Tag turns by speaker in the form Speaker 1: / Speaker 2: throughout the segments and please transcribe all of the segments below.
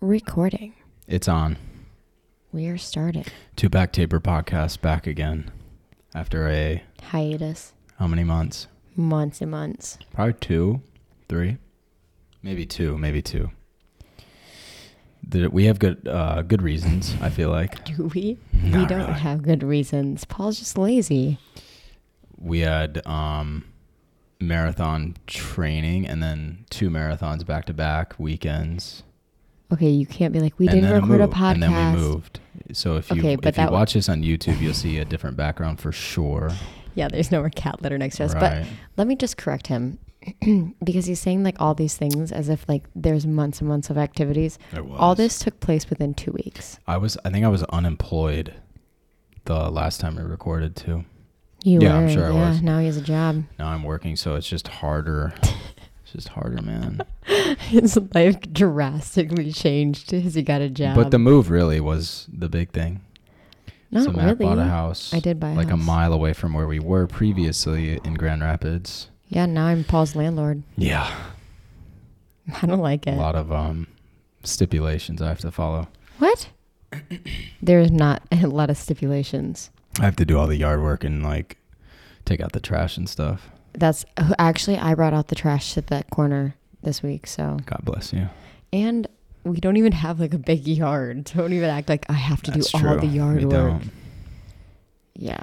Speaker 1: Recording.
Speaker 2: It's on.
Speaker 1: We are starting.
Speaker 2: Two Back Taper podcast back again after a
Speaker 1: Hiatus.
Speaker 2: how many months?
Speaker 1: Months and months.
Speaker 2: Probably two, three, maybe two, maybe two. The, we have good uh, good reasons. I feel like
Speaker 1: Do we? we
Speaker 2: Not
Speaker 1: don't
Speaker 2: really.
Speaker 1: have good reasons. Paul's just lazy.
Speaker 2: we had um, marathon training and then two marathons back to back weekends.
Speaker 1: Okay, you can't be like, we
Speaker 2: and
Speaker 1: didn't
Speaker 2: then
Speaker 1: record a,
Speaker 2: move,
Speaker 1: podcast.
Speaker 2: and then we moved. So if you
Speaker 1: Okay, but
Speaker 2: if you
Speaker 1: that-
Speaker 2: watch this on YouTube, you'll see a different background for sure.
Speaker 1: Yeah, there's no more cat litter next to us.
Speaker 2: Right.
Speaker 1: But let me just correct him because he's saying like all these things as if like there's months and months of activities.
Speaker 2: There
Speaker 1: All
Speaker 2: was.
Speaker 1: this took place within two weeks.
Speaker 2: I was I think I was unemployed the last time we recorded too.
Speaker 1: You
Speaker 2: Yeah, I'm
Speaker 1: were.
Speaker 2: sure I
Speaker 1: yeah,
Speaker 2: was.
Speaker 1: now he has a job.
Speaker 2: Now I'm working, so it's just harder. it's just harder, man.
Speaker 1: His life drastically changed as he got a job.
Speaker 2: But the move really was the big thing.
Speaker 1: Not
Speaker 2: so Matt
Speaker 1: really.
Speaker 2: bought a house.
Speaker 1: I did buy a
Speaker 2: like
Speaker 1: house.
Speaker 2: a mile away from where we were previously in Grand Rapids.
Speaker 1: Yeah, now I'm Paul's landlord.
Speaker 2: Yeah,
Speaker 1: I don't like
Speaker 2: a
Speaker 1: it.
Speaker 2: lot of um stipulations I have to follow.
Speaker 1: What? There's not a lot of stipulations.
Speaker 2: I have to do all the yard work and like take out the trash and stuff.
Speaker 1: That's uh, actually I brought out the trash to that corner this week. So
Speaker 2: God bless you.
Speaker 1: and we don't even have like a big yard. Don't even act like I have to
Speaker 2: That's
Speaker 1: do
Speaker 2: true.
Speaker 1: all the yard
Speaker 2: we
Speaker 1: work.
Speaker 2: Don't.
Speaker 1: Yeah,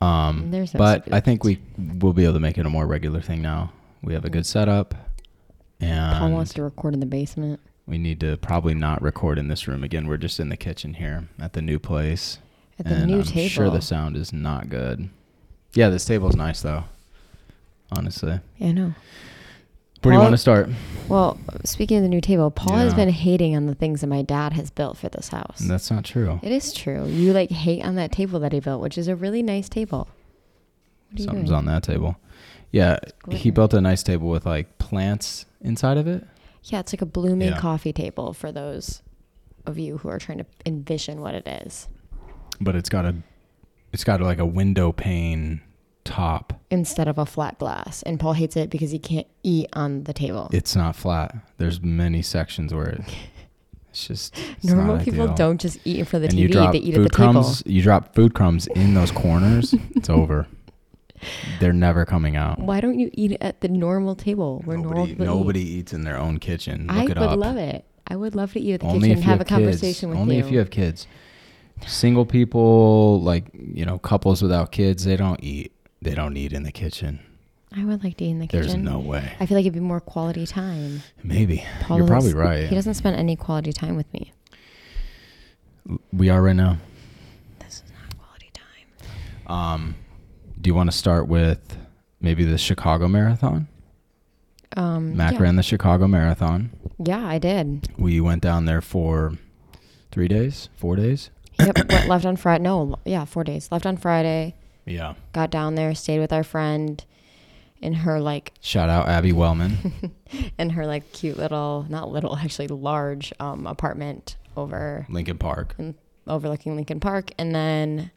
Speaker 2: Um,
Speaker 1: Mm, There's no
Speaker 2: but I think we
Speaker 1: stipulations.
Speaker 2: will be able to make it a more regular thing now. We have a
Speaker 1: Mm.
Speaker 2: good setup,
Speaker 1: Paul wants
Speaker 2: and
Speaker 1: to record in the basement.
Speaker 2: we need to probably not record in this room again. We're just in the kitchen here at the new place,
Speaker 1: At the
Speaker 2: and
Speaker 1: new
Speaker 2: I'm
Speaker 1: table,
Speaker 2: sure the sound is not good. Yeah, this table's nice though. Honestly,
Speaker 1: Yeah, I know.
Speaker 2: where do you
Speaker 1: Paul-
Speaker 2: want to start?
Speaker 1: Well, speaking of the new table, Paul has
Speaker 2: Yeah.
Speaker 1: been hating on the things that my dad has built for this house.
Speaker 2: That's not true.
Speaker 1: it is true. You like hate on that table that he built, which is a really nice table. What are you
Speaker 2: Something's
Speaker 1: doing?
Speaker 2: on that table. Yeah,
Speaker 1: It's
Speaker 2: he
Speaker 1: glitter.
Speaker 2: built a nice table with like plants inside of it.
Speaker 1: Yeah, it's like a blooming
Speaker 2: Yeah.
Speaker 1: coffee table for those of you who are trying to envision what it is.
Speaker 2: but it's got a it's got like a window pane top.
Speaker 1: Instead of a flat glass. And Paul hates it because he can't eat on the table.
Speaker 2: It's not flat. There's many sections where it, it's just it's not
Speaker 1: Normal people
Speaker 2: ideal.
Speaker 1: don't just eat in front of the
Speaker 2: And you
Speaker 1: TV,
Speaker 2: drop
Speaker 1: they eat at
Speaker 2: food
Speaker 1: the
Speaker 2: crumbs.
Speaker 1: table.
Speaker 2: You drop food crumbs in those corners. it's over. They're never coming out.
Speaker 1: Why don't you eat at the normal table where normal
Speaker 2: Nobody,
Speaker 1: people
Speaker 2: nobody
Speaker 1: eat?
Speaker 2: eats in their own kitchen. Look
Speaker 1: I
Speaker 2: it
Speaker 1: would
Speaker 2: up.
Speaker 1: love it. I would love to eat at the
Speaker 2: Only
Speaker 1: kitchen and
Speaker 2: if you
Speaker 1: have a
Speaker 2: kids.
Speaker 1: conversation with
Speaker 2: Only
Speaker 1: you.
Speaker 2: if you have kids. Single people, like you know, couples without kids, they don't eat. They don't eat in the kitchen.
Speaker 1: I would like to eat in the kitchen.
Speaker 2: There's no way.
Speaker 1: I feel like it'd be more quality time.
Speaker 2: Maybe.
Speaker 1: Paul
Speaker 2: You're
Speaker 1: doesn't
Speaker 2: probably
Speaker 1: sp- He
Speaker 2: right.
Speaker 1: doesn't spend any quality time with me.
Speaker 2: We are right now.
Speaker 1: This is not quality time.
Speaker 2: Um, do you want to start with maybe the Chicago Marathon?
Speaker 1: Um,
Speaker 2: Mac
Speaker 1: yeah.
Speaker 2: ran the Chicago Marathon.
Speaker 1: Yeah, I did.
Speaker 2: We went down there for three days, four days.
Speaker 1: Yep. what, left on Friday. No, l- yeah, four days. Left on Friday.
Speaker 2: Yeah.
Speaker 1: Got down there, stayed with our friend, in her like,
Speaker 2: Shout out Abby Wellman.
Speaker 1: in her like cute little, not little, actually large um, apartment over
Speaker 2: Lincoln Park.
Speaker 1: in, overlooking Lincoln Park, and then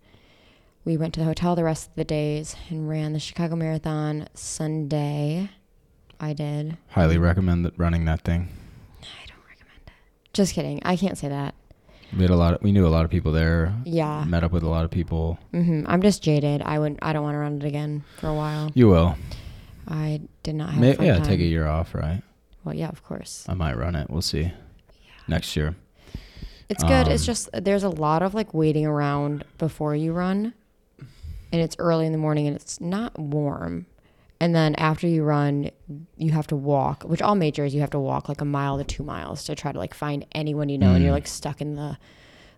Speaker 1: we went to the hotel the rest of the days and ran the Chicago Marathon Sunday. I did.
Speaker 2: Highly recommend that running that thing.
Speaker 1: I don't recommend it. Just kidding. I can't say that.
Speaker 2: We had a lot. Of, we knew a lot of people there.
Speaker 1: Yeah.
Speaker 2: Met up with a lot of people.
Speaker 1: hmm I'm just jaded. I would. I don't want to run it again for a while.
Speaker 2: You will.
Speaker 1: I did not have. a
Speaker 2: May,
Speaker 1: fun
Speaker 2: yeah.
Speaker 1: time.
Speaker 2: Take a year off, right?
Speaker 1: Well, yeah, of course.
Speaker 2: I might run it. We'll see. Next year.
Speaker 1: It's good. it's
Speaker 2: Um,
Speaker 1: just there's a lot of like waiting around before you run, and it's early in the morning and it's not warm. And then after you run, you have to walk, which all majors you have to walk like a mile to two miles to try to like find anyone you know, and you're like stuck in the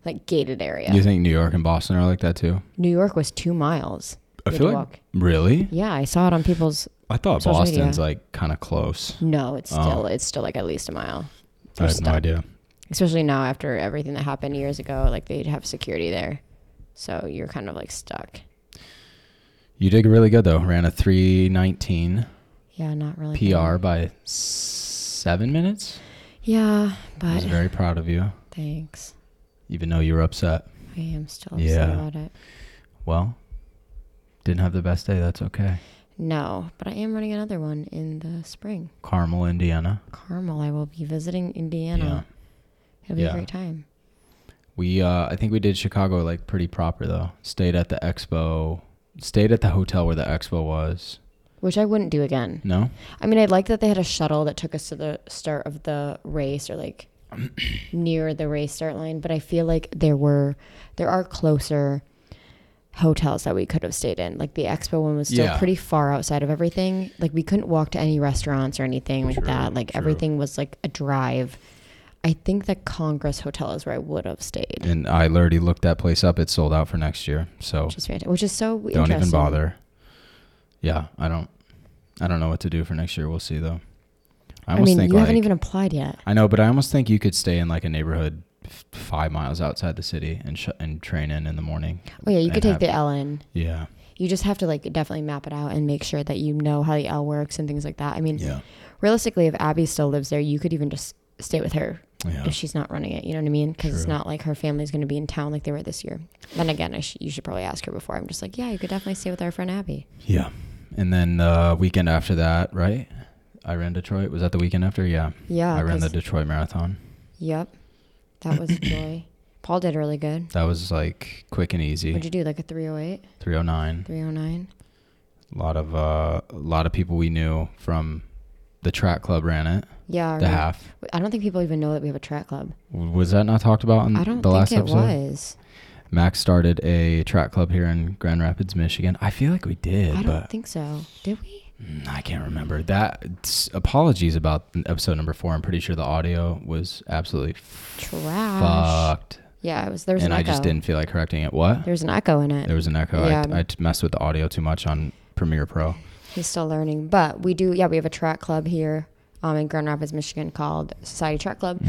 Speaker 1: like gated area.
Speaker 2: Hmm. You think New York and Boston are like that too?
Speaker 1: New York was two miles.
Speaker 2: I
Speaker 1: You had
Speaker 2: feel
Speaker 1: to
Speaker 2: like really.
Speaker 1: yeah, I saw it on people's.
Speaker 2: I thought
Speaker 1: Social media.
Speaker 2: Boston's like kind of close.
Speaker 1: No, it's
Speaker 2: Oh.
Speaker 1: still it's still like at least a mile.
Speaker 2: I have
Speaker 1: They're
Speaker 2: no
Speaker 1: stuck.
Speaker 2: idea.
Speaker 1: especially now after everything that happened years ago like they'd have security there so you're kind of like stuck
Speaker 2: You did really good though. Ran a 319
Speaker 1: yeah not really
Speaker 2: PR by seven minutes.
Speaker 1: yeah
Speaker 2: I was
Speaker 1: but
Speaker 2: very proud of you,
Speaker 1: thanks
Speaker 2: even though you were upset.
Speaker 1: I am still upset
Speaker 2: Yeah.
Speaker 1: about it.
Speaker 2: Well, didn't have the best day. That's okay.
Speaker 1: No, but I am running another one in the spring.
Speaker 2: Carmel, Indiana.
Speaker 1: Carmel, I will be visiting Indiana. It'll be
Speaker 2: Yeah.
Speaker 1: a great time.
Speaker 2: We uh, I think we did Chicago like pretty proper though. Stayed at the expo. Stayed at the hotel where the expo was.
Speaker 1: Which I wouldn't do again.
Speaker 2: No.
Speaker 1: I mean, I like that they had a shuttle that took us to the start of the race or like near the race start line, but I feel like there were there are closer hotels that we could have stayed in. Like the expo one was still
Speaker 2: Yeah.
Speaker 1: pretty far outside of everything. Like we couldn't walk to any restaurants or anything like
Speaker 2: True,
Speaker 1: that. Like
Speaker 2: true.
Speaker 1: everything was like a drive. I think the Congress Hotel is where I would have stayed.
Speaker 2: And I already looked that place up. It's sold out for next year. So
Speaker 1: Which is fantastic. Which is so
Speaker 2: don't even
Speaker 1: interesting.
Speaker 2: bother. Yeah, I don't. I don't know what to do for next year. We'll see though. I
Speaker 1: I,
Speaker 2: almost
Speaker 1: mean,
Speaker 2: think
Speaker 1: you
Speaker 2: like
Speaker 1: haven't even applied yet.
Speaker 2: I know, but I almost think you could stay in like a neighborhood f- five miles outside the city and sh- and train in in the morning.
Speaker 1: Oh yeah, you could
Speaker 2: and
Speaker 1: take
Speaker 2: have-
Speaker 1: the LN.
Speaker 2: Yeah.
Speaker 1: you just have to like definitely map it out and make sure that you know how the L works and things like that. I mean,
Speaker 2: Yeah.
Speaker 1: realistically, if Abby still lives there, you could even just stay with her
Speaker 2: Yeah.
Speaker 1: if she's not running it. You know what I mean? Because it's
Speaker 2: True.
Speaker 1: not like her family's going to be in town like they were this year. Then again, I sh- you should probably ask her before. I'm just like, yeah, you could definitely stay with our friend Abby.
Speaker 2: Yeah. And then uh, weekend after that, right? I ran Detroit. Was that the weekend after? Yeah.
Speaker 1: Yeah,
Speaker 2: I ran the
Speaker 1: 'cause-
Speaker 2: Detroit Marathon.
Speaker 1: Yep, that was joy. Paul did really good.
Speaker 2: That was like quick and easy.
Speaker 1: What'd you do? Like a 308,
Speaker 2: 309.
Speaker 1: 309?
Speaker 2: A lot of uh, a lot of people we knew from the track club ran it.
Speaker 1: Yeah. or-
Speaker 2: The half.
Speaker 1: I don't think people even know that we have a track club.
Speaker 2: W- Was that not talked about in
Speaker 1: I don't
Speaker 2: Mm, the
Speaker 1: think
Speaker 2: last
Speaker 1: it
Speaker 2: episode?
Speaker 1: was.
Speaker 2: Max started a track club here in Grand Rapids, Michigan. I feel like we did,
Speaker 1: I
Speaker 2: but
Speaker 1: don't think so. Did we?
Speaker 2: Mm, I can't remember. That s- apologies about episode number 4. I'm pretty sure the audio was absolutely
Speaker 1: Trash.
Speaker 2: fucked.
Speaker 1: Yeah, it was. There was
Speaker 2: and
Speaker 1: an
Speaker 2: I
Speaker 1: echo.
Speaker 2: just didn't feel like correcting it. What?
Speaker 1: There's an echo in it.
Speaker 2: There was an echo. I-
Speaker 1: Yeah.
Speaker 2: I, t- messed with the audio too much on Premiere Pro.
Speaker 1: He's still learning, but we do. Yeah, we have a track club here um, in Grand Rapids, Michigan, called Society Track Club.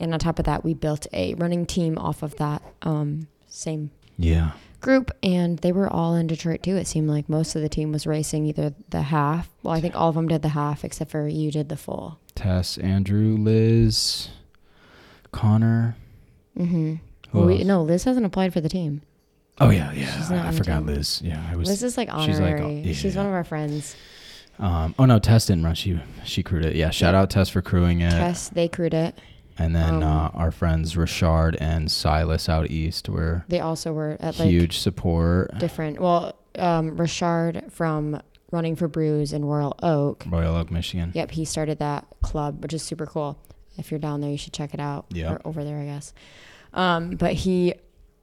Speaker 1: And on top of that, we built a running team off of that um, same
Speaker 2: Yeah.
Speaker 1: group, and they were all in Detroit too. It seemed like most of the team was racing either the half. Well, I think all of them did the half, except for you did the full.
Speaker 2: Tess, Andrew, Liz, Connor.
Speaker 1: Mm-hmm.
Speaker 2: Who
Speaker 1: we,
Speaker 2: else?
Speaker 1: no, Liz hasn't applied for the team.
Speaker 2: Oh yeah, yeah.
Speaker 1: She's
Speaker 2: I-
Speaker 1: not
Speaker 2: I
Speaker 1: on the
Speaker 2: forgot
Speaker 1: team.
Speaker 2: Liz. Yeah, I was.
Speaker 1: Liz is like
Speaker 2: she's like,
Speaker 1: honorary. She's,
Speaker 2: yeah,
Speaker 1: one
Speaker 2: yeah.
Speaker 1: of our friends.
Speaker 2: um, oh no, Tess didn't run. She she crewed it. Yeah. Shout out Tess for crewing it.
Speaker 1: Tess, they crewed it.
Speaker 2: and
Speaker 1: um,
Speaker 2: then uh, our friends Richard and Silas out east were
Speaker 1: They also were at like
Speaker 2: huge support.
Speaker 1: different. Well, um, Richard from Running for Brews in Royal Oak.
Speaker 2: Royal Oak, Michigan.
Speaker 1: Yep, he started that club, which is super cool. If you're down there, you should check it out.
Speaker 2: Yeah.
Speaker 1: Or over there, I guess. Um, but he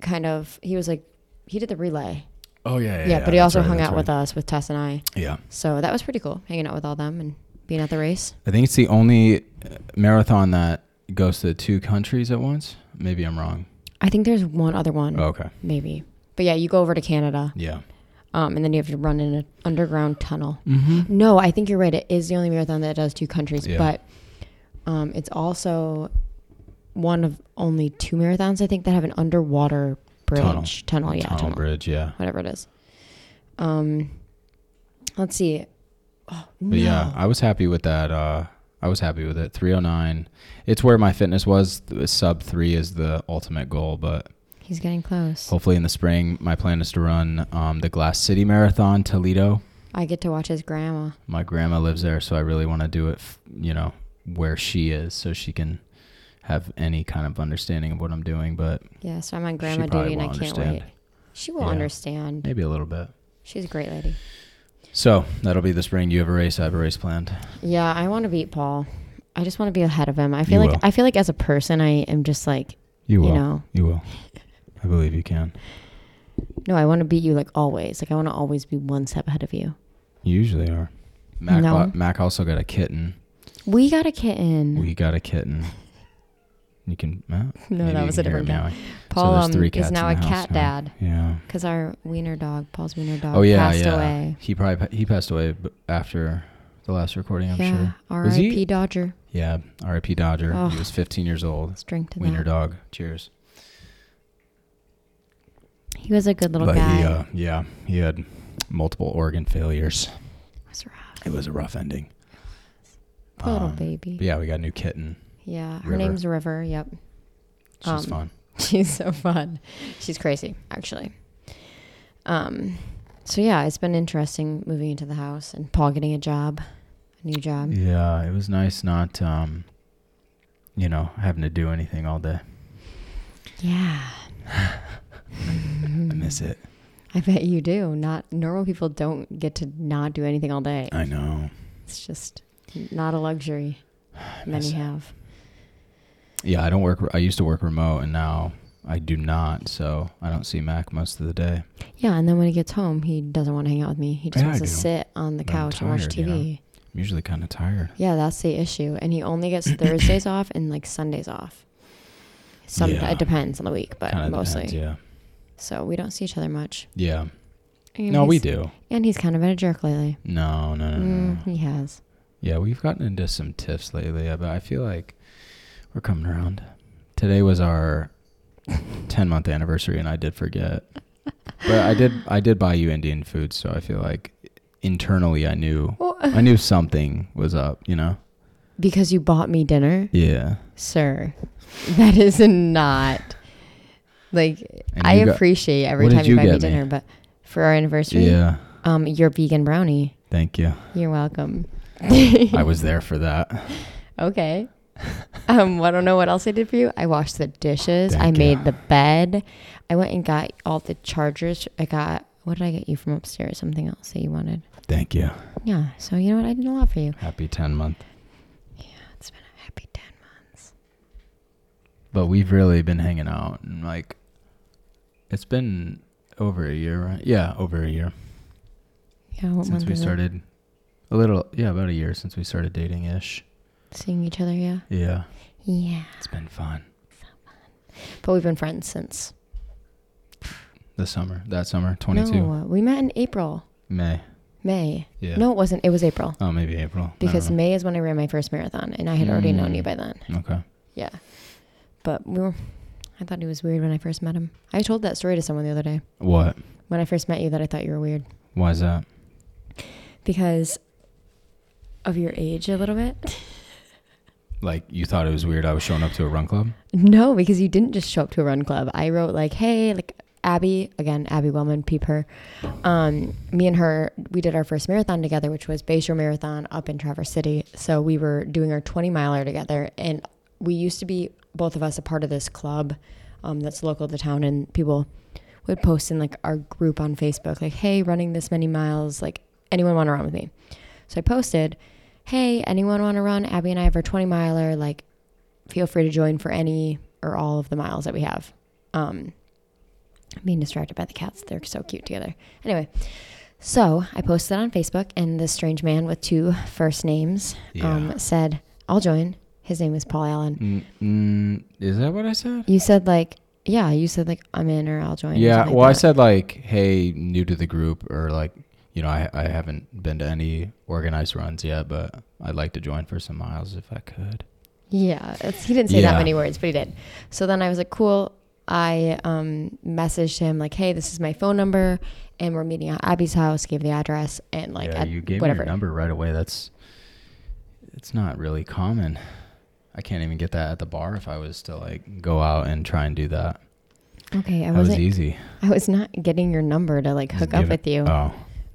Speaker 1: kind of he was like he did the relay.
Speaker 2: Oh yeah,
Speaker 1: Yeah, but he also hung out with us with Tess and I.
Speaker 2: Yeah.
Speaker 1: So that was pretty cool, hanging out with all them and being at the race.
Speaker 2: I think it's the only uh, marathon that goes to two countries at once. Maybe I'm wrong. Oh,
Speaker 1: I think there's one other one,
Speaker 2: okay.
Speaker 1: maybe. But yeah, you go over to Canada,
Speaker 2: Yeah.
Speaker 1: um, and then you have to run in an underground tunnel.
Speaker 2: Mm-hmm.
Speaker 1: No, I think you're right. It is the only marathon that does two countries,
Speaker 2: Yeah.
Speaker 1: but um, it's also one of only two marathons I think that have an underwater bridge
Speaker 2: Tunnel.
Speaker 1: tunnel. Oh, yeah,
Speaker 2: Tunnel,
Speaker 1: tunnel,
Speaker 2: Bridge, yeah.
Speaker 1: whatever it is. Um, let's see. Oh, no.
Speaker 2: But yeah, I was happy with that. Uh, I was happy with it. 309. It's where my fitness was. The Sub 3 is the ultimate goal, but
Speaker 1: he's getting close.
Speaker 2: hopefully in the spring, my plan is to run um, the Glass City Marathon, Toledo.
Speaker 1: I get to watch his grandma.
Speaker 2: My grandma lives there, so I really want to do it, f- you know, where she is so she can have any kind of understanding of what I'm doing, but
Speaker 1: Yeah, so I'm on grandma
Speaker 2: probably
Speaker 1: duty and I
Speaker 2: won't
Speaker 1: can't wait.
Speaker 2: understand.
Speaker 1: She will
Speaker 2: Yeah.
Speaker 1: understand.
Speaker 2: maybe a little bit.
Speaker 1: She's a great lady.
Speaker 2: So that'll be the spring. You have a race. I have a race planned.
Speaker 1: Yeah, I want to beat Paul. I just want to be ahead of him. I feel
Speaker 2: You
Speaker 1: like
Speaker 2: will.
Speaker 1: I feel like as a person, I am just like
Speaker 2: You will.
Speaker 1: you
Speaker 2: You,
Speaker 1: know
Speaker 2: will. I believe you can.
Speaker 1: No, I want to beat you like always. Like I want to always be one step ahead of you.
Speaker 2: You usually are. Mac,
Speaker 1: No.
Speaker 2: bought- Mac also got a kitten.
Speaker 1: We got a kitten.
Speaker 2: We got a kitten. You can. Well,
Speaker 1: No,
Speaker 2: maybe
Speaker 1: that
Speaker 2: you
Speaker 1: was
Speaker 2: can
Speaker 1: a
Speaker 2: hear it
Speaker 1: different cat.
Speaker 2: meowing.
Speaker 1: Paul
Speaker 2: there's
Speaker 1: um,
Speaker 2: three cats
Speaker 1: is now a
Speaker 2: in the house
Speaker 1: cat
Speaker 2: now.
Speaker 1: dad
Speaker 2: Yeah.
Speaker 1: because our wiener dog, Paul's wiener dog,
Speaker 2: Oh yeah,
Speaker 1: uh, passed
Speaker 2: yeah.
Speaker 1: away.
Speaker 2: He probably pa- he passed away b- after the last recording. I'm
Speaker 1: yeah,
Speaker 2: sure. Was he-
Speaker 1: R.I.P. Dodger.
Speaker 2: Yeah. R.I.P. Dodger.
Speaker 1: Oh.
Speaker 2: He was 15 years old.
Speaker 1: Let's drink to
Speaker 2: Wiener
Speaker 1: that.
Speaker 2: dog. Cheers.
Speaker 1: He was a good little
Speaker 2: but
Speaker 1: guy.
Speaker 2: he, uh, yeah, he had multiple organ failures.
Speaker 1: It was rough.
Speaker 2: It was a rough ending.
Speaker 1: Poor
Speaker 2: um,
Speaker 1: little baby.
Speaker 2: But yeah, we got a new kitten.
Speaker 1: yeah, her
Speaker 2: um, River.
Speaker 1: name's River. Yep.
Speaker 2: She's
Speaker 1: Um,
Speaker 2: fun.
Speaker 1: She's so fun. She's crazy, actually. Um, so yeah, it's been interesting moving into the house and Paul getting a job, a new job.
Speaker 2: Yeah, it was nice not, um, you know, having to do anything all day.
Speaker 1: Yeah.
Speaker 2: I miss
Speaker 1: Mm.
Speaker 2: it.
Speaker 1: I bet you do. Not normal people don't get to not do anything all day.
Speaker 2: I know.
Speaker 1: It's just not a luxury. Many
Speaker 2: miss it.
Speaker 1: have.
Speaker 2: Yeah, I don't work. I used to work remote, and now I do not. So I don't see Mac most of the day.
Speaker 1: Yeah, and then when he gets home, he doesn't want to hang out with me. He just
Speaker 2: Yeah,
Speaker 1: wants
Speaker 2: I
Speaker 1: to
Speaker 2: do.
Speaker 1: sit on the
Speaker 2: But I'm
Speaker 1: couch and watch
Speaker 2: tired, you know?
Speaker 1: TV.
Speaker 2: I'm usually kind of tired.
Speaker 1: Yeah, that's the issue. And he only gets Thursdays off and like Sundays off. Some
Speaker 2: Yeah.
Speaker 1: it depends on the week, but
Speaker 2: Kinda
Speaker 1: mostly.
Speaker 2: depends, yeah.
Speaker 1: So we don't see each other much.
Speaker 2: Yeah.
Speaker 1: And
Speaker 2: No, we Uh.
Speaker 1: he's-
Speaker 2: do.
Speaker 1: And he's kind of been a jerk lately.
Speaker 2: No, no, no, no.
Speaker 1: Mm,
Speaker 2: no.
Speaker 1: he has.
Speaker 2: Yeah, we've gotten into some tiffs lately, but I feel like we're coming around. Today was our 10 month anniversary, and I did forget. But I did. I did buy you Indian food, so I feel like internally I knew. I knew something was up. You know.
Speaker 1: uh, Because you bought me dinner,
Speaker 2: Yeah.
Speaker 1: sir. That is not like
Speaker 2: And
Speaker 1: I
Speaker 2: you got-
Speaker 1: appreciate every
Speaker 2: what did
Speaker 1: time you,
Speaker 2: you
Speaker 1: buy me,
Speaker 2: get me?
Speaker 1: dinner, but for our anniversary,
Speaker 2: Yeah.
Speaker 1: um, your vegan brownie.
Speaker 2: Thank you.
Speaker 1: You're welcome.
Speaker 2: Oh, I was there for that.
Speaker 1: Okay. um, I don't know what else I did for you. I washed the dishes. I
Speaker 2: Thank you.
Speaker 1: made the bed. I went and got all the chargers. I got what did I get you from upstairs? Something else that you wanted.
Speaker 2: Thank you.
Speaker 1: Yeah. So you know what? I did a lot for you.
Speaker 2: Happy 10 month.
Speaker 1: It's been a happy ten.
Speaker 2: But we've really been hanging out and like it's been over a year, right? Yeah, over a year
Speaker 1: Yeah. What
Speaker 2: since
Speaker 1: month
Speaker 2: we
Speaker 1: is it?
Speaker 2: started a little yeah, about a year since we started dating ish.
Speaker 1: seeing each other. Yeah.
Speaker 2: Yeah.
Speaker 1: Yeah.
Speaker 2: It's been fun.
Speaker 1: But we've been friends since.
Speaker 2: The summer, that summer, 22
Speaker 1: No, we met in April,
Speaker 2: May.
Speaker 1: May.
Speaker 2: Yeah.
Speaker 1: No, it wasn't. It was April
Speaker 2: Oh, maybe April. I don't
Speaker 1: because
Speaker 2: know.
Speaker 1: May is when I ran my first marathon, and I had already known
Speaker 2: Mm.
Speaker 1: you by then.
Speaker 2: Okay.
Speaker 1: Yeah. But we were. I thought he was weird when I first met him. I told that story to someone the other day.
Speaker 2: What?
Speaker 1: when I first met you that I thought you were weird
Speaker 2: Why is that?
Speaker 1: because of your age a little bit.
Speaker 2: Like you thought it was weird I was showing up to a run club?
Speaker 1: No, because you didn't just show up to a run club. I wrote like, "Hey, like Abby again, Abby Wellman, peep her." Um, me and her, we did our first marathon together, which was Bayshore Marathon up in Traverse City. So we were doing our 20 miler together, and we used to be both of us a part of this club um, that's local to town, and people would post in like our group on Facebook, like, "Hey, running this many miles, like anyone want to run with me?" So I posted, "Hey, anyone want to run? Abby and I have our 20 miler. Like, feel free to join for any or all of the miles that we have." Um, I'm being distracted by the cats. They're so cute together. Anyway, so I posted on Facebook, and this strange man with two first names
Speaker 2: Yeah.
Speaker 1: um, said, "I'll join." His name was Paul Allen.
Speaker 2: Mm, mm, is that what I said?
Speaker 1: You said like, yeah, you said like, I'm in or I'll join. or
Speaker 2: Yeah,
Speaker 1: something like
Speaker 2: well, I
Speaker 1: that.
Speaker 2: said like, hey, new to the group, or like, you know, I, I haven't been to any organized runs yet, but I'd like to join for some miles if I could.
Speaker 1: Yeah, it's, he didn't say
Speaker 2: Yeah.
Speaker 1: that many words, but he did. So then I was like, cool. I um, messaged him like, hey, this is my phone number, and we're meeting at Abby's house. Gave the address and like,
Speaker 2: yeah,
Speaker 1: at
Speaker 2: you gave me
Speaker 1: whatever.
Speaker 2: your number right away. That's it's not really common. I can't even get that at the bar if I was to like go out and try and do that.
Speaker 1: Okay, I
Speaker 2: that was
Speaker 1: wasn't.
Speaker 2: easy.
Speaker 1: I was not getting your number to like
Speaker 2: Just
Speaker 1: hook up
Speaker 2: give it-
Speaker 1: with you.
Speaker 2: Oh,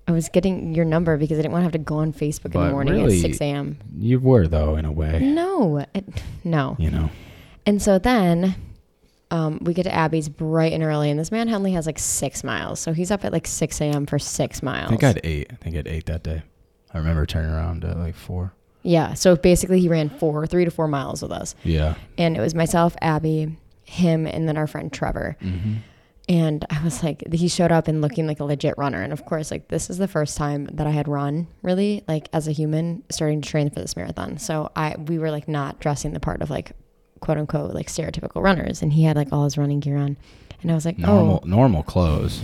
Speaker 1: I was getting your number because I didn't want to have to go on Facebook in
Speaker 2: But
Speaker 1: the morning
Speaker 2: really- eh.
Speaker 1: at six a.m.
Speaker 2: you were though in a way.
Speaker 1: No, it, no.
Speaker 2: You know,
Speaker 1: And so then um, we get to Abby's bright and early, and this man only has like six miles. So he's up at like 6 a.m. for six
Speaker 2: I
Speaker 1: miles.
Speaker 2: think I had eight. I think I had eight that day. I remember turning around at like four.
Speaker 1: yeah. So basically, he ran four, three to four miles with us.
Speaker 2: Yeah.
Speaker 1: And it was myself, Abby, him, and then our friend Trevor.
Speaker 2: hmm
Speaker 1: And I was like, he showed up and looking like a legit runner. And of course, like, this is the first time that I had run really, like, as a human, starting to train for this marathon. So I, we were like not dressing the part of like, quote unquote, like stereotypical runners. And he had like all his running gear on. And I was like, oh.
Speaker 2: Normal normal clothes,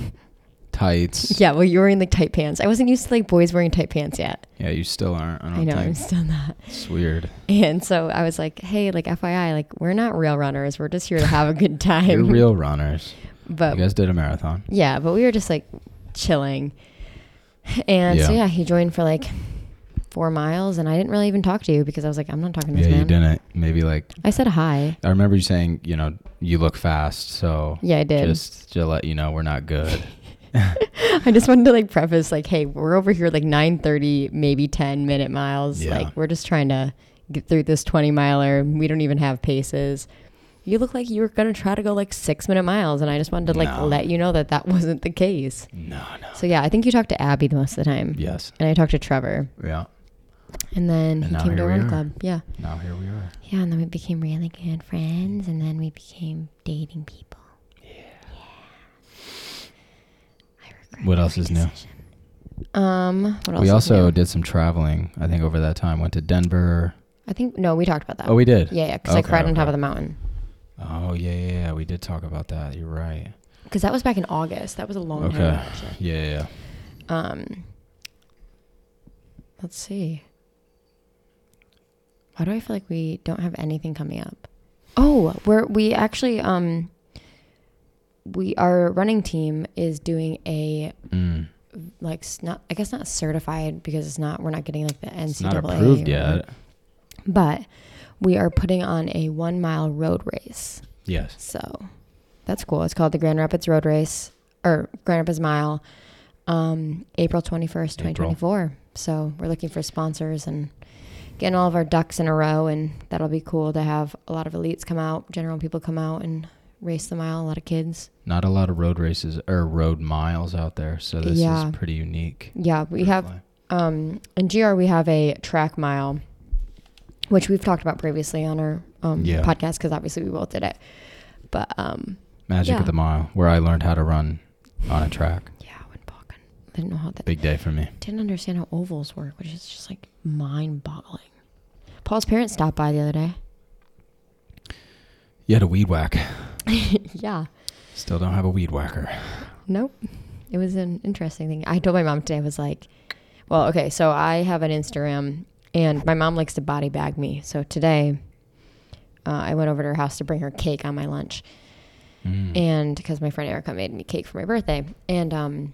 Speaker 2: tights.
Speaker 1: Yeah, well, you're wearing like tight pants. I wasn't used to like boys wearing tight pants yet.
Speaker 2: Yeah, you still aren't. I
Speaker 1: I,
Speaker 2: don't
Speaker 1: know, I'm
Speaker 2: think
Speaker 1: still not.
Speaker 2: it's weird.
Speaker 1: And so I was like, hey, like FYI, like we're not real runners. We're just here to have a good time.
Speaker 2: You're real runners.
Speaker 1: But
Speaker 2: you guys did a marathon.
Speaker 1: Uh, yeah, but we were just like chilling. And so
Speaker 2: Yeah.
Speaker 1: yeah, he joined for like four miles, and I didn't really even talk to you because I was like, I'm not talking to
Speaker 2: Yeah,
Speaker 1: this
Speaker 2: you
Speaker 1: man.
Speaker 2: didn't. Maybe like
Speaker 1: I said hi.
Speaker 2: I remember you saying, you know, you look fast, so
Speaker 1: Yeah, I did.
Speaker 2: just to let you know we're not good.
Speaker 1: I just wanted to like preface like, hey, we're over here like 9:30, maybe 10 minute miles.
Speaker 2: Yeah.
Speaker 1: Like we're just trying to get through this 20 miler. We don't even have paces. You look like you were gonna try to go like six minute miles, and I just wanted to like
Speaker 2: No.
Speaker 1: let you know that that wasn't the case.
Speaker 2: no, no.
Speaker 1: So yeah, I think you talked to Abby the most of the time,
Speaker 2: Yes.
Speaker 1: and I talked to Trevor,
Speaker 2: Yeah.
Speaker 1: and then
Speaker 2: And
Speaker 1: he
Speaker 2: now
Speaker 1: came to
Speaker 2: here we
Speaker 1: Run
Speaker 2: are.
Speaker 1: Club. Yeah,
Speaker 2: Now here we are.
Speaker 1: yeah, and then we became really good friends, and then we became dating people. Yeah. I regret
Speaker 2: What else is new?
Speaker 1: new? Um, what else?
Speaker 2: We
Speaker 1: is
Speaker 2: also
Speaker 1: new?
Speaker 2: did some traveling. I think over that time went to Denver.
Speaker 1: I think no, we talked about that.
Speaker 2: Oh, we did.
Speaker 1: Uh, yeah, yeah, because I
Speaker 2: Okay,
Speaker 1: cried on top
Speaker 2: okay.
Speaker 1: of the mountain.
Speaker 2: Oh yeah, yeah, yeah. We did talk about that. You're right.
Speaker 1: Because that was back in August. That was a long time
Speaker 2: Okay.
Speaker 1: ago. Actually.
Speaker 2: Yeah, yeah. yeah.
Speaker 1: Um, let's see. Why do I feel like we don't have anything coming up? Oh, we're we actually um. We our running team is doing a
Speaker 2: Mm.
Speaker 1: like s- not I guess not certified because it's not we're not getting like the NCAA
Speaker 2: It's not approved
Speaker 1: or-
Speaker 2: yet.
Speaker 1: but we are putting on a one mile road race.
Speaker 2: Yes.
Speaker 1: So that's cool. It's called the Grand Rapids Road Race or Grand Rapids Mile, um, April 21st,
Speaker 2: April.
Speaker 1: 2024. So we're looking for sponsors and getting all of our ducks in a row. And that'll be cool to have a lot of elites come out, general people come out and race the mile, a lot of kids.
Speaker 2: Not a lot of road races or road miles out there, so this
Speaker 1: Yeah.
Speaker 2: is pretty unique.
Speaker 1: Yeah, we
Speaker 2: for
Speaker 1: have,
Speaker 2: fly-
Speaker 1: um, in GR, we have a track mile, which we've talked about previously on our um,
Speaker 2: Yeah.
Speaker 1: podcast because obviously we both did it. But um,
Speaker 2: Magic
Speaker 1: yeah.
Speaker 2: of the Mile, where I learned how to run on a track.
Speaker 1: yeah, when Balkan, I didn't know how that
Speaker 2: Big day for me.
Speaker 1: didn't understand how ovals work, which is just like mind boggling. Paul's parents stopped by the other day.
Speaker 2: You had a weed whack.
Speaker 1: yeah.
Speaker 2: Still don't have a weed whacker.
Speaker 1: Nope. It was an interesting thing. I told my mom today, I was like, well, okay, so I have an Instagram and my mom likes to body bag me. So today uh, I went over to her house to bring her cake on my lunch.
Speaker 2: Mm.
Speaker 1: and because my friend Erica made me cake for my birthday, and um,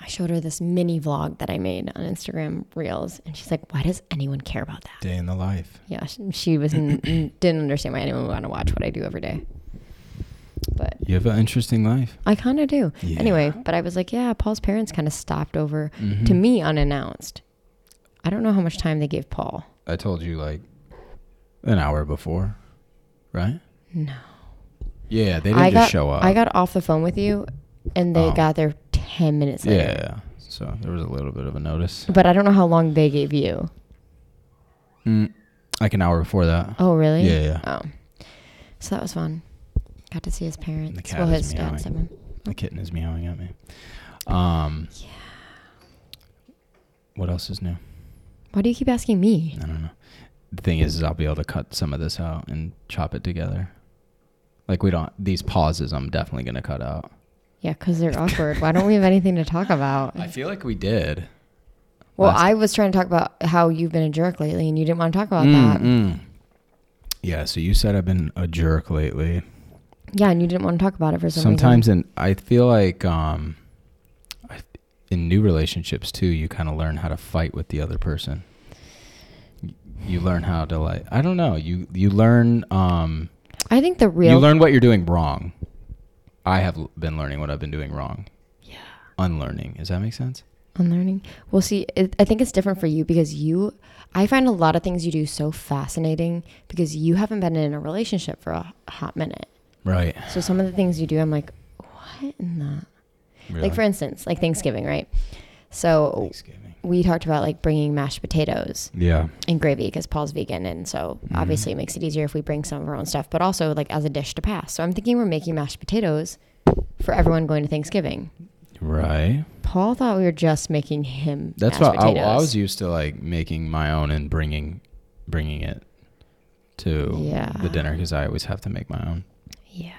Speaker 1: I showed her this mini vlog that I made on Instagram Reels, and she's like, "Why does anyone care about that?"
Speaker 2: Day in the life.
Speaker 1: Yeah, she, she was n- n- didn't understand why anyone would want to watch what I do every day, but
Speaker 2: You have an interesting life.
Speaker 1: I kind of do.
Speaker 2: Yeah.
Speaker 1: Anyway, but I was like, "Yeah, Paul's parents kind of stopped over
Speaker 2: Mhm.
Speaker 1: to me unannounced." I don't know how much time they gave Paul.
Speaker 2: I told you like an hour before, right?
Speaker 1: No.
Speaker 2: Yeah, they didn't
Speaker 1: I
Speaker 2: just
Speaker 1: got,
Speaker 2: show up.
Speaker 1: I got off the phone with you, and they
Speaker 2: Oh.
Speaker 1: got there ten minutes later.
Speaker 2: yeah, so there was a little bit of a notice.
Speaker 1: But I don't know how long they gave you.
Speaker 2: Mm, like an hour before that.
Speaker 1: Oh, really?
Speaker 2: Yeah, yeah.
Speaker 1: Oh. So that was fun. Got to see his parents.
Speaker 2: cat
Speaker 1: well,
Speaker 2: is
Speaker 1: his dad
Speaker 2: meowing.
Speaker 1: sent him.
Speaker 2: The kitten is meowing at me. Um, yeah. What else is new?
Speaker 1: Why do you keep asking me?
Speaker 2: I don't know. The thing is, is I'll be able to cut some of this out and chop it together. Like we don't these pauses. I'm definitely gonna cut out.
Speaker 1: Yeah, because they're awkward. Why don't we have anything to talk about?
Speaker 2: I feel like we did.
Speaker 1: Well,
Speaker 2: last-
Speaker 1: I was trying to talk about how you've been a jerk lately, and you didn't want to talk about
Speaker 2: Mm,
Speaker 1: that.
Speaker 2: mm. Yeah. So you said I've been a jerk lately.
Speaker 1: Yeah, and you didn't want to talk about it for some
Speaker 2: Sometimes,
Speaker 1: reason.
Speaker 2: in I feel like um, I, in new relationships too, you kind of learn how to fight with the other person. You- You learn how to like. I don't know. You you learn um.
Speaker 1: I think the real.
Speaker 2: You learn what you're doing wrong. I have l- been learning what I've been doing wrong.
Speaker 1: Yeah.
Speaker 2: Unlearning. Does that make sense?
Speaker 1: Unlearning. Well, see, it, I think it's different for you because you, I find a lot of things you do so fascinating because you haven't been in a relationship for a hot minute.
Speaker 2: Right.
Speaker 1: So some of the things you do, I'm like, what in the
Speaker 2: Really.
Speaker 1: Like for instance, like Thanksgiving, right? So
Speaker 2: Thanksgiving.
Speaker 1: we talked about like bringing mashed potatoes
Speaker 2: Yeah.
Speaker 1: and gravy because Paul's vegan, and so
Speaker 2: Mm-hmm.
Speaker 1: obviously it makes it easier if we bring some of our own stuff, but also like as a dish to pass. So I'm thinking we're making mashed potatoes for everyone going to Thanksgiving.
Speaker 2: Right.
Speaker 1: Paul thought we were just making him.
Speaker 2: That's
Speaker 1: mashed
Speaker 2: why I,
Speaker 1: potatoes.
Speaker 2: I was used to like making my own and bringing bringing it to
Speaker 1: Yeah.
Speaker 2: the dinner because I always have to make my own.
Speaker 1: Yeah.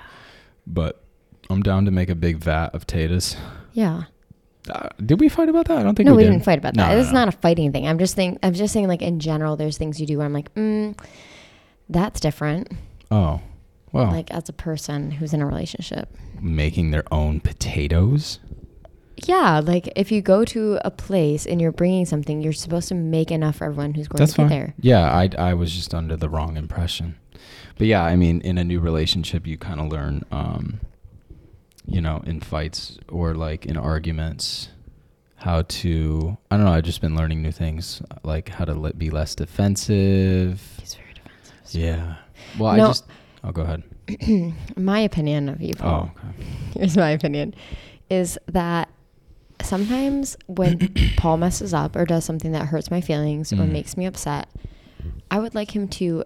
Speaker 2: But I'm down to make a big vat of potatoes.
Speaker 1: Yeah.
Speaker 2: Uh, did we fight about that? I don't think
Speaker 1: No,
Speaker 2: we,
Speaker 1: we,
Speaker 2: did.
Speaker 1: didn't fight about
Speaker 2: No,
Speaker 1: that.
Speaker 2: no,
Speaker 1: this is
Speaker 2: no.
Speaker 1: not a fighting thing. I'm just think. I'm just saying like in general, there's things you do where I'm like, mm, that's different.
Speaker 2: Oh, well,
Speaker 1: Like as a person who's in a relationship.
Speaker 2: making their own potatoes.
Speaker 1: yeah, like if you go to a place and you're bringing something, you're supposed to make enough for everyone who's going
Speaker 2: That's
Speaker 1: to be
Speaker 2: fine.
Speaker 1: there.
Speaker 2: Yeah, I I was just under the wrong impression. But yeah, I mean, in a new relationship, you kind of learn, um, you know, in fights or like in arguments, how to. I don't know. I've just been learning new things, like how to let, be less defensive.
Speaker 1: He's very defensive.
Speaker 2: Yeah. Well,
Speaker 1: No.
Speaker 2: I just. Oh, go ahead.
Speaker 1: My opinion of you, Paul.
Speaker 2: Oh, okay.
Speaker 1: here's my opinion, is that sometimes when Paul messes up or does something that hurts my feelings or
Speaker 2: Mm.
Speaker 1: makes me upset, I would like him to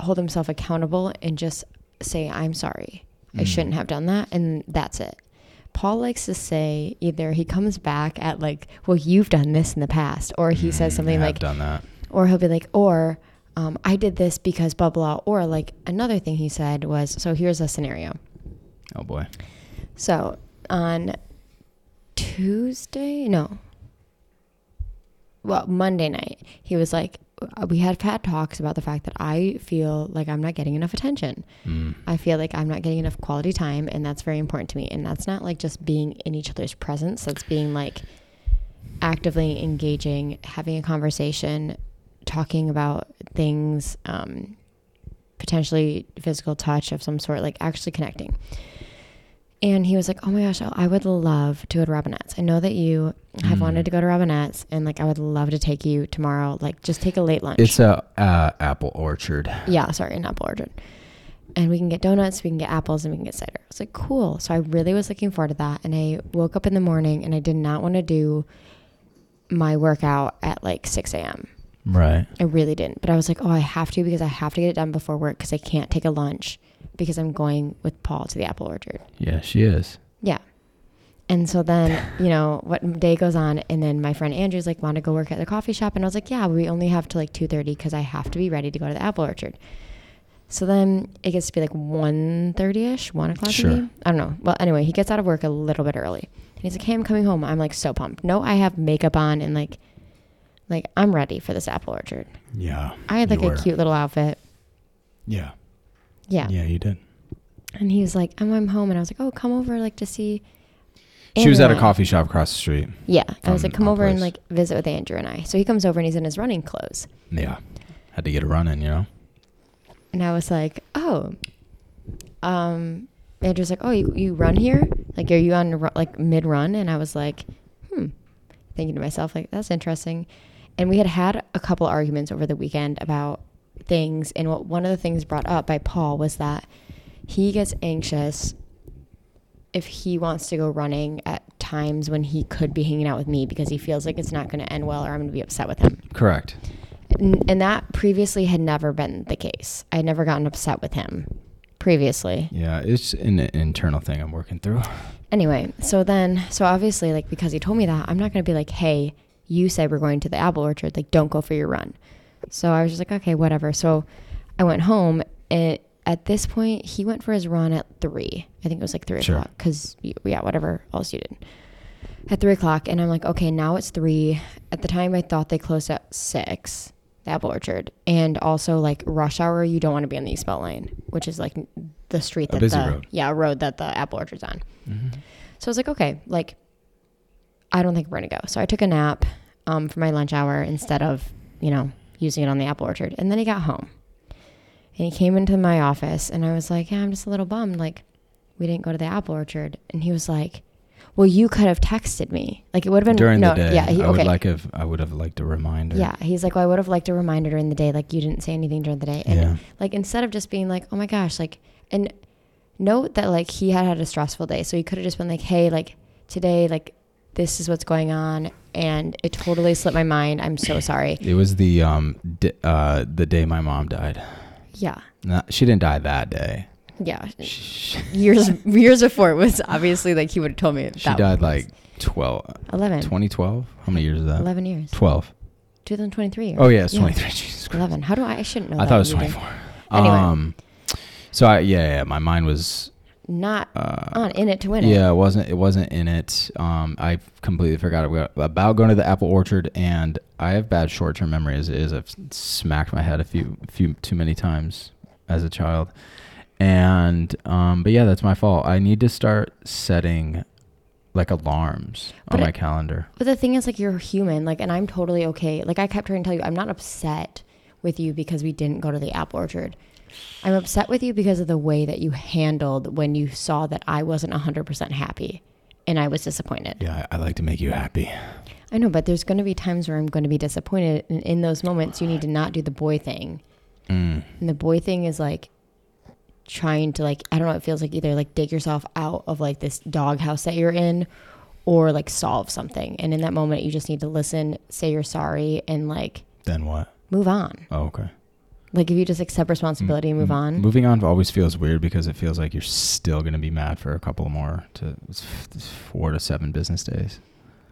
Speaker 1: hold himself accountable and just say, I'm sorry. I
Speaker 2: Mm.
Speaker 1: shouldn't have done that. And that's it. Paul likes to say either he comes back at like, well, you've done this in the past, or he says
Speaker 2: Mm,
Speaker 1: something
Speaker 2: I have
Speaker 1: like,
Speaker 2: done that.
Speaker 1: or he'll be like, or um, I did this because blah, blah. Or like another thing he said was, so here's a scenario.
Speaker 2: Oh boy.
Speaker 1: So on Tuesday, no, well, Monday night, he was like, uh, we had had talks about the fact that I feel like I'm not getting enough attention.
Speaker 2: Mm.
Speaker 1: I feel like I'm not getting enough quality time, and that's very important to me. And that's not like just being in each other's presence, that's being like actively engaging, having a conversation, talking about things, um, potentially physical touch of some sort, like actually connecting. And he was like, Oh my gosh, I would love to go to Robinette's. I know that you have
Speaker 2: Mm.
Speaker 1: wanted to go to Robinette's, and like I would love to take you tomorrow, like just take a late lunch.
Speaker 2: It's a uh, apple orchard.
Speaker 1: Yeah, sorry, an apple orchard. And we can get donuts, we can get apples, and we can get cider. I was like, cool. So I really was looking forward to that. And I woke up in the morning and I did not want to do my workout at like 6 a.m.
Speaker 2: Right.
Speaker 1: I really didn't. But I was like, oh, I have to because I have to get it done before work because I can't take a lunch because I'm going with Paul to the apple orchard.
Speaker 2: Yeah, she is.
Speaker 1: Yeah. And so then, you know, what day goes on, and then my friend Andrew's like, "Want to go work at the coffee shop?" And I was like, "Yeah, we only have to like two thirty because I have to be ready to go to the apple orchard." So then it gets to be like one thirty ish, one o'clock.
Speaker 2: Sure.
Speaker 1: Maybe? I don't know. Well, anyway, he gets out of work a little bit early, and he's like, "Hey, I'm coming home." I'm like so pumped. No, I have makeup on and like, like I'm ready for this apple orchard.
Speaker 2: Yeah.
Speaker 1: I had like
Speaker 2: You
Speaker 1: a
Speaker 2: were.
Speaker 1: cute little outfit.
Speaker 2: Yeah.
Speaker 1: Yeah.
Speaker 2: Yeah, you did.
Speaker 1: And he was like, "I'm, I'm home," and I was like, "Oh, come over like to see."
Speaker 2: She was at a
Speaker 1: Andrew and I."
Speaker 2: coffee shop across the street.
Speaker 1: Yeah. I was
Speaker 2: from
Speaker 1: like, come
Speaker 2: our
Speaker 1: over and
Speaker 2: place.
Speaker 1: like visit with Andrew and I. So he comes over and he's in his running clothes.
Speaker 2: Yeah. Had to get a run in, you know?
Speaker 1: And I was like, oh. Um, Andrew's like, oh, you, you run here? Like, are you on a ru- like mid run? And I was like, hmm. Thinking to myself, like, that's interesting. And we had had a couple arguments over the weekend about things. And what one of the things brought up by Paul was that he gets anxious if he wants to go running at times when he could be hanging out with me because he feels like it's not going to end well or I'm going to be upset with him.
Speaker 2: Correct.
Speaker 1: N- and that previously had never been the case. I had never gotten upset with him previously.
Speaker 2: Yeah, it's an internal thing I'm working through.
Speaker 1: Anyway, so then, so obviously, like, because he told me that, I'm not going to be like, hey, you said we're going to the apple orchard. Like, don't go for your run. So I was just like, okay, whatever. So I went home. And at this point, he went for his run at three. I think it was like three
Speaker 2: Sure.
Speaker 1: o'clock because, yeah, whatever else you did. At three o'clock. And I'm like, okay, now it's three. At the time, I thought they closed at six, the apple orchard. And also, like, rush hour, you don't want to be on the eastbound lane, which is like the street
Speaker 2: A
Speaker 1: that
Speaker 2: busy
Speaker 1: the,
Speaker 2: road.
Speaker 1: yeah, road that the apple orchard's on. So I was like, okay, like I don't think we're gonna go. So I took a nap um, for my lunch hour instead of you know using it on the apple orchard. And then he got home, and he came into my office, and I was like, yeah, I'm just a little bummed, like we didn't go to the apple orchard. And he was like, well, you could have texted me, like it would have been
Speaker 2: During
Speaker 1: no,
Speaker 2: the day,
Speaker 1: yeah, he,
Speaker 2: I
Speaker 1: okay.
Speaker 2: would like if I would have liked a reminder.
Speaker 1: yeah, he's like, well, I would have liked a reminder during the day, like you didn't say anything during the day. And
Speaker 2: Yeah.
Speaker 1: like instead of just being like, oh my gosh, like, and note that like he had had a stressful day, so he could have just been like, hey, like today, like this is what's going on, and it totally slipped my mind. I'm so sorry.
Speaker 2: It was the um d- uh the day my mom died.
Speaker 1: Yeah,
Speaker 2: Not, she didn't die that day.
Speaker 1: yeah.
Speaker 2: She,
Speaker 1: Years years before it was obviously like he would have told me
Speaker 2: she
Speaker 1: that
Speaker 2: died like 12
Speaker 1: 11,
Speaker 2: 2012. How many years is that?
Speaker 1: 11 years,
Speaker 2: 12.
Speaker 1: 2023.
Speaker 2: Oh yeah, it's
Speaker 1: Yeah.
Speaker 2: 23. Jesus Christ.
Speaker 1: 11. How do I? I shouldn't know.
Speaker 2: I
Speaker 1: that.
Speaker 2: thought it was
Speaker 1: You did.
Speaker 2: 24.
Speaker 1: Anyway.
Speaker 2: Um so I yeah, yeah, my mind was
Speaker 1: Not
Speaker 2: uh
Speaker 1: on in it to win it.
Speaker 2: yeah, it wasn't it wasn't in it. Um, I completely forgot about- about going to the apple orchard, and I have bad short term memory as it is. I've smacked my head a few few too many times as a child, and um, but yeah, that's my fault. I need to start setting like alarms
Speaker 1: But
Speaker 2: on
Speaker 1: it-
Speaker 2: my calendar.
Speaker 1: But the thing is, like, you're human, like, and I'm totally okay. Like, I kept trying to tell you, I'm not upset with you because we didn't go to the apple orchard. I'm upset with you because of the way that you handled when you saw that I wasn't 100% happy and I was disappointed.
Speaker 2: Yeah, I, I like to make you happy.
Speaker 1: I know, but there's going to be times where I'm going to be disappointed. And in those moments, you need to not do the boy thing.
Speaker 2: Mm.
Speaker 1: And the boy thing is like trying to like I don't know, it feels like either like dig yourself out of like this doghouse that you're in or like solve something. And in that moment you just need to listen, say you're sorry and like
Speaker 2: Then what?
Speaker 1: move on.
Speaker 2: Oh, okay. mm.
Speaker 1: Like if you just accept responsibility and move on.
Speaker 2: Moving on always feels weird because it feels like you're still going to be mad for a couple more to it's f- it's four to seven business days.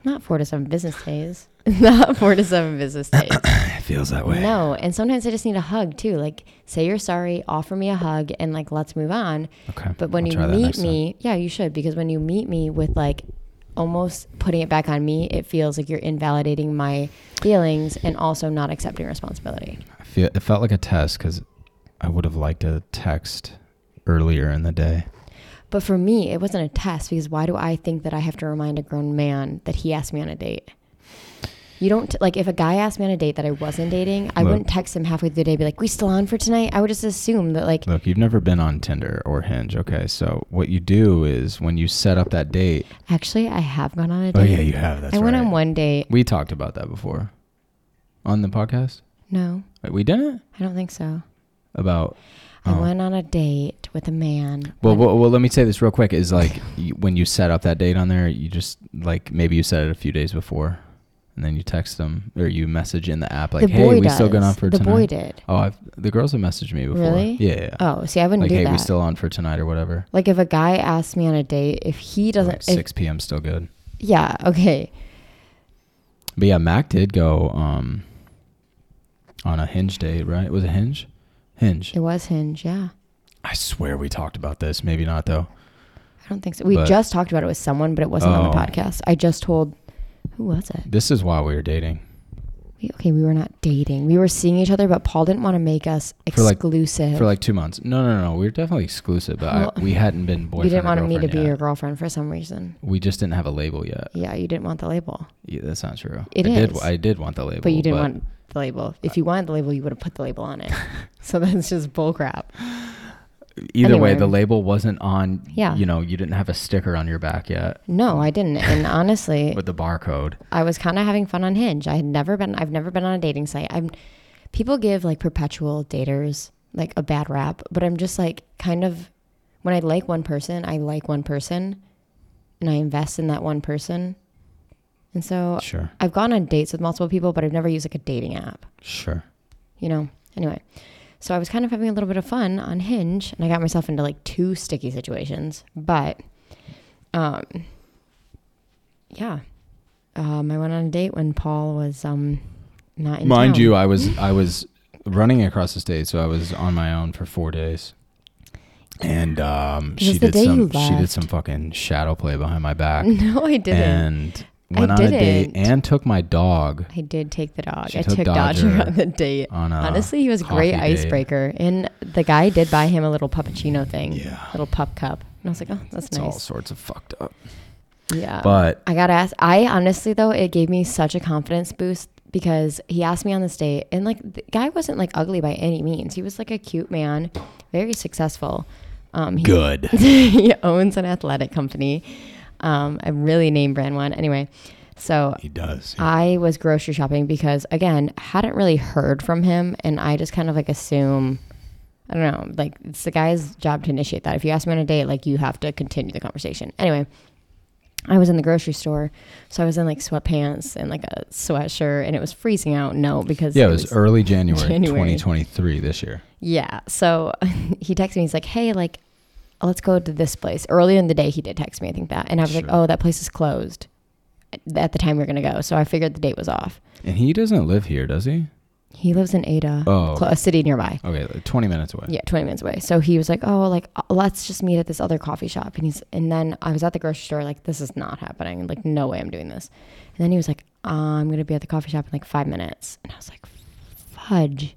Speaker 1: Not 4 to 7 business days. Not 4 to 7 business days.
Speaker 2: It feels that way.
Speaker 1: no, and sometimes I just need a hug too. Like say you're sorry, offer me a hug and like let's move on.
Speaker 2: Okay.
Speaker 1: But when
Speaker 2: I'll try
Speaker 1: you
Speaker 2: that
Speaker 1: meet
Speaker 2: next time.
Speaker 1: me, yeah, you should because when you meet me with like almost putting it back on me, it feels like you're invalidating my feelings and also not accepting responsibility.
Speaker 2: I feel it felt like a test because I would have liked a text earlier in the day.
Speaker 1: But for me, it wasn't a test because why do I think that I have to remind a grown man that he asked me on a date? You don't like if a guy asked me on a date that I wasn't dating, I
Speaker 2: Look.
Speaker 1: wouldn't text him halfway through the day be like, "We still on for tonight?" I would just assume that like
Speaker 2: Look, you've never been on Tinder or Hinge, okay? So what you do is when you set up that date.
Speaker 1: actually I have gone on a date.
Speaker 2: Oh yeah, you have. That's
Speaker 1: I went
Speaker 2: right.
Speaker 1: on one date.
Speaker 2: We talked about that before on the podcast.
Speaker 1: No,
Speaker 2: Wait, we didn't
Speaker 1: I don't think so.
Speaker 2: about.
Speaker 1: I
Speaker 2: oh.
Speaker 1: went on a date with a man.
Speaker 2: Well,
Speaker 1: but-
Speaker 2: well, well, let me say this real quick. Is like you, when you set up that date on there, you just like maybe you set it a few days before, and then you text them or you message in the app like,
Speaker 1: the
Speaker 2: "Hey,
Speaker 1: boy
Speaker 2: we
Speaker 1: does.
Speaker 2: still going on for
Speaker 1: the
Speaker 2: tonight."
Speaker 1: boy did.
Speaker 2: Oh, I've, the girls have messaged me before.
Speaker 1: Really?
Speaker 2: Yeah. yeah, yeah.
Speaker 1: Oh, see, I wouldn't
Speaker 2: like,
Speaker 1: do
Speaker 2: hey,
Speaker 1: that.
Speaker 2: we still on for tonight or whatever.
Speaker 1: like if a guy asks me on a date, if he doesn't,
Speaker 2: Like
Speaker 1: if-
Speaker 2: six p.m. still good.
Speaker 1: yeah, okay,
Speaker 2: But yeah, Mac did go um on a Hinge date, right? Was it Hinge? Hinge.
Speaker 1: it was Hinge. Yeah,
Speaker 2: I swear we talked about this. Maybe not though.
Speaker 1: I don't think so. We
Speaker 2: But-
Speaker 1: just talked about it with someone, but it wasn't on the
Speaker 2: Oh.
Speaker 1: podcast. I just told who was it?
Speaker 2: This is why we were dating.
Speaker 1: We, okay, we were not dating. We were seeing each other, but Paul didn't want to make us
Speaker 2: For like-
Speaker 1: exclusive.
Speaker 2: for like two months. No, no, no. We were definitely exclusive, but
Speaker 1: Well,
Speaker 2: I, we hadn't been
Speaker 1: you
Speaker 2: boyfriend.
Speaker 1: didn't want
Speaker 2: or
Speaker 1: me to be
Speaker 2: girlfriend
Speaker 1: your
Speaker 2: yet.
Speaker 1: girlfriend for some reason.
Speaker 2: We just didn't have a label yet.
Speaker 1: Yeah, you didn't want the label,
Speaker 2: Yeah, that's not true.
Speaker 1: It
Speaker 2: I Did,
Speaker 1: is.
Speaker 2: I did want the label,
Speaker 1: but you didn't want the label. If you wanted the label, you would have put the label on it. so that's just bullcrap.
Speaker 2: Either way,
Speaker 1: Anyway.
Speaker 2: the label wasn't on.
Speaker 1: Yeah.
Speaker 2: You know, you didn't have a sticker on your back yet
Speaker 1: No, I didn't. And honestly,
Speaker 2: with the barcode.
Speaker 1: I was kind of having fun on Hinge. I had never been. I've never been on a dating site. I'm. People give like perpetual daters like a bad rap, but I'm just like kind of. When I like one person, I like one person, and I invest in that one person, and so
Speaker 2: Sure,
Speaker 1: I've gone on dates with multiple people, but I've never used like a dating app.
Speaker 2: sure.
Speaker 1: You know. Anyway, so I was kind of having a little bit of fun on Hinge, and I got myself into like two sticky situations, but, um, yeah, um, I went on a date when Paul was um not in
Speaker 2: Mind
Speaker 1: town.
Speaker 2: you, I was I was running across the state, so I was on my own for four days. And
Speaker 1: It
Speaker 2: um,
Speaker 1: was
Speaker 2: she
Speaker 1: the
Speaker 2: did
Speaker 1: day you
Speaker 2: some she did
Speaker 1: left.
Speaker 2: some fucking shadow play behind my back,
Speaker 1: No, I didn't.
Speaker 2: and
Speaker 1: I
Speaker 2: went on a date
Speaker 1: didn't.
Speaker 2: and took my dog
Speaker 1: I did take the dog.
Speaker 2: She
Speaker 1: I
Speaker 2: took
Speaker 1: took Dodger.
Speaker 2: Dodger
Speaker 1: on the date.
Speaker 2: on a
Speaker 1: Honestly, he was a great
Speaker 2: coffee date.
Speaker 1: icebreaker, and the guy did buy him a little puppuccino thing,
Speaker 2: Yeah.
Speaker 1: little pup cup, and I was like, oh, that's
Speaker 2: It's all
Speaker 1: nice. Oh.
Speaker 2: sorts of fucked up.
Speaker 1: Yeah.
Speaker 2: But-
Speaker 1: I gotta ask. I honestly though, it gave me such a confidence boost because he asked me on this date, and like the guy wasn't like ugly by any means. He was like a cute man, very successful. Um, he,
Speaker 2: Good.
Speaker 1: he owns an athletic company, um, a really name brand one. Anyway, so
Speaker 2: He does.
Speaker 1: I was grocery shopping because again, hadn't really heard from him and I just kind of like assume I don't know, like it's the guy's job to initiate that. If you ask him on a date, like you have to continue the conversation. Anyway, I was in the grocery store, so I was in like sweatpants and like a sweatshirt and it was freezing out. No, because
Speaker 2: yeah, it was early January,
Speaker 1: January.
Speaker 2: 2023 this year.
Speaker 1: yeah. So he texted me. He's like, "Hey, like, let's go to this place." Earlier in the day, he did text me. I think that, and I was like,
Speaker 2: Sure.
Speaker 1: "Oh, that place is closed." At the time we were gonna go, so I figured the date was off.
Speaker 2: And he doesn't live here, does he?
Speaker 1: He lives in Ada,
Speaker 2: Oh.
Speaker 1: cl- a city nearby.
Speaker 2: Okay, like 20 minutes away.
Speaker 1: Yeah, 20 minutes away. So he was like, "Oh, like uh, let's just meet at this other coffee shop." And he's and then I was at the grocery store like, "This is not happening. Like no way I'm doing this." And then he was like, "I'm going to be at the coffee shop in like 5 minutes." And I was like, "Fudge."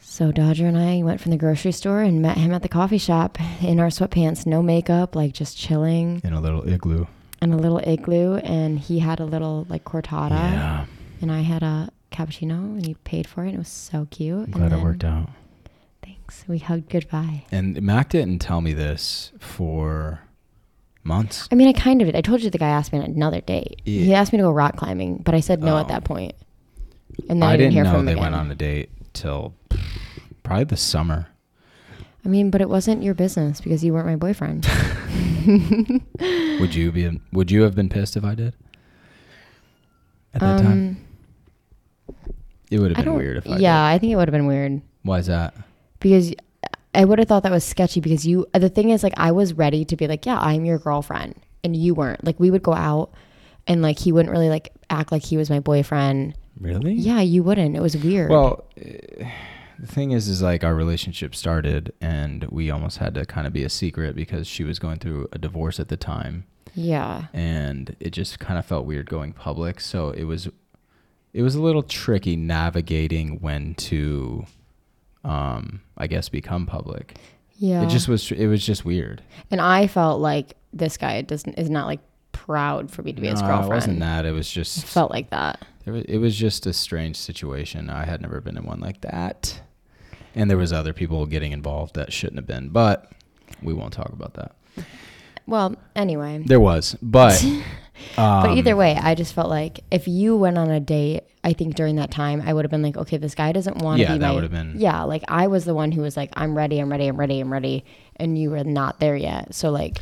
Speaker 1: So Dodger and I went from the grocery store and met him at the coffee shop in our sweatpants, no makeup, like just chilling
Speaker 2: in a little igloo.
Speaker 1: and a little igloo. And he had a little like cortada,
Speaker 2: yeah,
Speaker 1: and I had a cappuccino, and he paid for it. And it was so cute.
Speaker 2: I'm
Speaker 1: and
Speaker 2: glad it
Speaker 1: then-
Speaker 2: worked out.
Speaker 1: Thanks. We hugged goodbye.
Speaker 2: And Mac didn't tell me this for months.
Speaker 1: I mean, I kind of did. I told you the guy asked me on another date.
Speaker 2: Yeah.
Speaker 1: He asked me to go rock climbing, but I said no
Speaker 2: Oh.
Speaker 1: at that point. And then I,
Speaker 2: I
Speaker 1: didn't,
Speaker 2: didn't,
Speaker 1: hear
Speaker 2: know
Speaker 1: from him
Speaker 2: they
Speaker 1: again.
Speaker 2: went on a date till probably the summer.
Speaker 1: I mean, but it wasn't your business because you weren't my boyfriend.
Speaker 2: Would you be? Would you have been pissed if I did? At that time, it would have
Speaker 1: Um, I
Speaker 2: been
Speaker 1: don't.
Speaker 2: weird if I.
Speaker 1: yeah, I think it would have been weird
Speaker 2: Did. Why is that?
Speaker 1: because I would have thought that was sketchy. Because you, uh, the thing is, like, I was ready to be like, yeah, I'm your girlfriend, and you weren't. Like, we would go out, and like, he wouldn't really like act like he was my boyfriend.
Speaker 2: Really?
Speaker 1: Yeah, you wouldn't. It was weird.
Speaker 2: Well, eh, the thing is, is like our relationship started, and we almost had to kind of be a secret because she was going through a divorce at the time,
Speaker 1: yeah.
Speaker 2: and it just kind of felt weird going public. So it was, it was a little tricky navigating when to, um, I guess, become public.
Speaker 1: Yeah.
Speaker 2: It just was. It was just weird.
Speaker 1: And I felt like this guy doesn't is not like proud for me to be his
Speaker 2: No,
Speaker 1: girlfriend.
Speaker 2: It wasn't that. It was just.
Speaker 1: It felt like that.
Speaker 2: It was, it was just a strange situation. I had never been in one like that, and there was other people getting involved that shouldn't have been. But we won't talk about that.
Speaker 1: Well, anyway.
Speaker 2: There was, but uh,
Speaker 1: but either
Speaker 2: um,
Speaker 1: way, I just felt like if you went on a date, I think during that time I would have been like, okay, this guy doesn't want to
Speaker 2: Yeah,
Speaker 1: be
Speaker 2: that
Speaker 1: my-
Speaker 2: would have been-
Speaker 1: Yeah, like I was the one who was like, I'm ready, I'm ready, I'm ready, I'm ready, and you were not there yet. So like,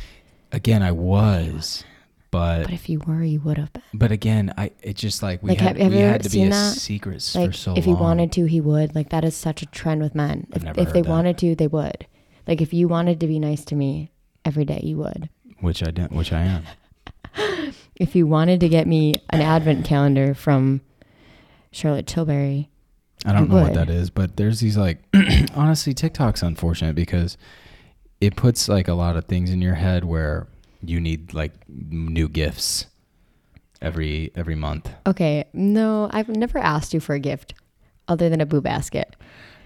Speaker 2: again, I was. But
Speaker 1: but if you were, you would have been.
Speaker 2: but again, I it just like we
Speaker 1: Like,
Speaker 2: had
Speaker 1: have- have
Speaker 2: we
Speaker 1: you
Speaker 2: had
Speaker 1: ever
Speaker 2: to be
Speaker 1: seen
Speaker 2: a
Speaker 1: that?
Speaker 2: secret s-
Speaker 1: Like
Speaker 2: for so
Speaker 1: if he
Speaker 2: long.
Speaker 1: wanted to, he would. Like that is such a trend with men.
Speaker 2: I've
Speaker 1: If,
Speaker 2: never
Speaker 1: if they
Speaker 2: heard that.
Speaker 1: wanted to, they would. Like if you wanted to be nice to me every day, you would.
Speaker 2: which I didn't, which I am.
Speaker 1: if you wanted to get me an advent calendar from Charlotte Tilbury,
Speaker 2: I don't
Speaker 1: You
Speaker 2: know what
Speaker 1: would.
Speaker 2: that is, but there's these like honestly TikTok's unfortunate because it puts like a lot of things in your head where you need like new gifts every every month.
Speaker 1: okay, no, I've never asked you for a gift other than a boo basket.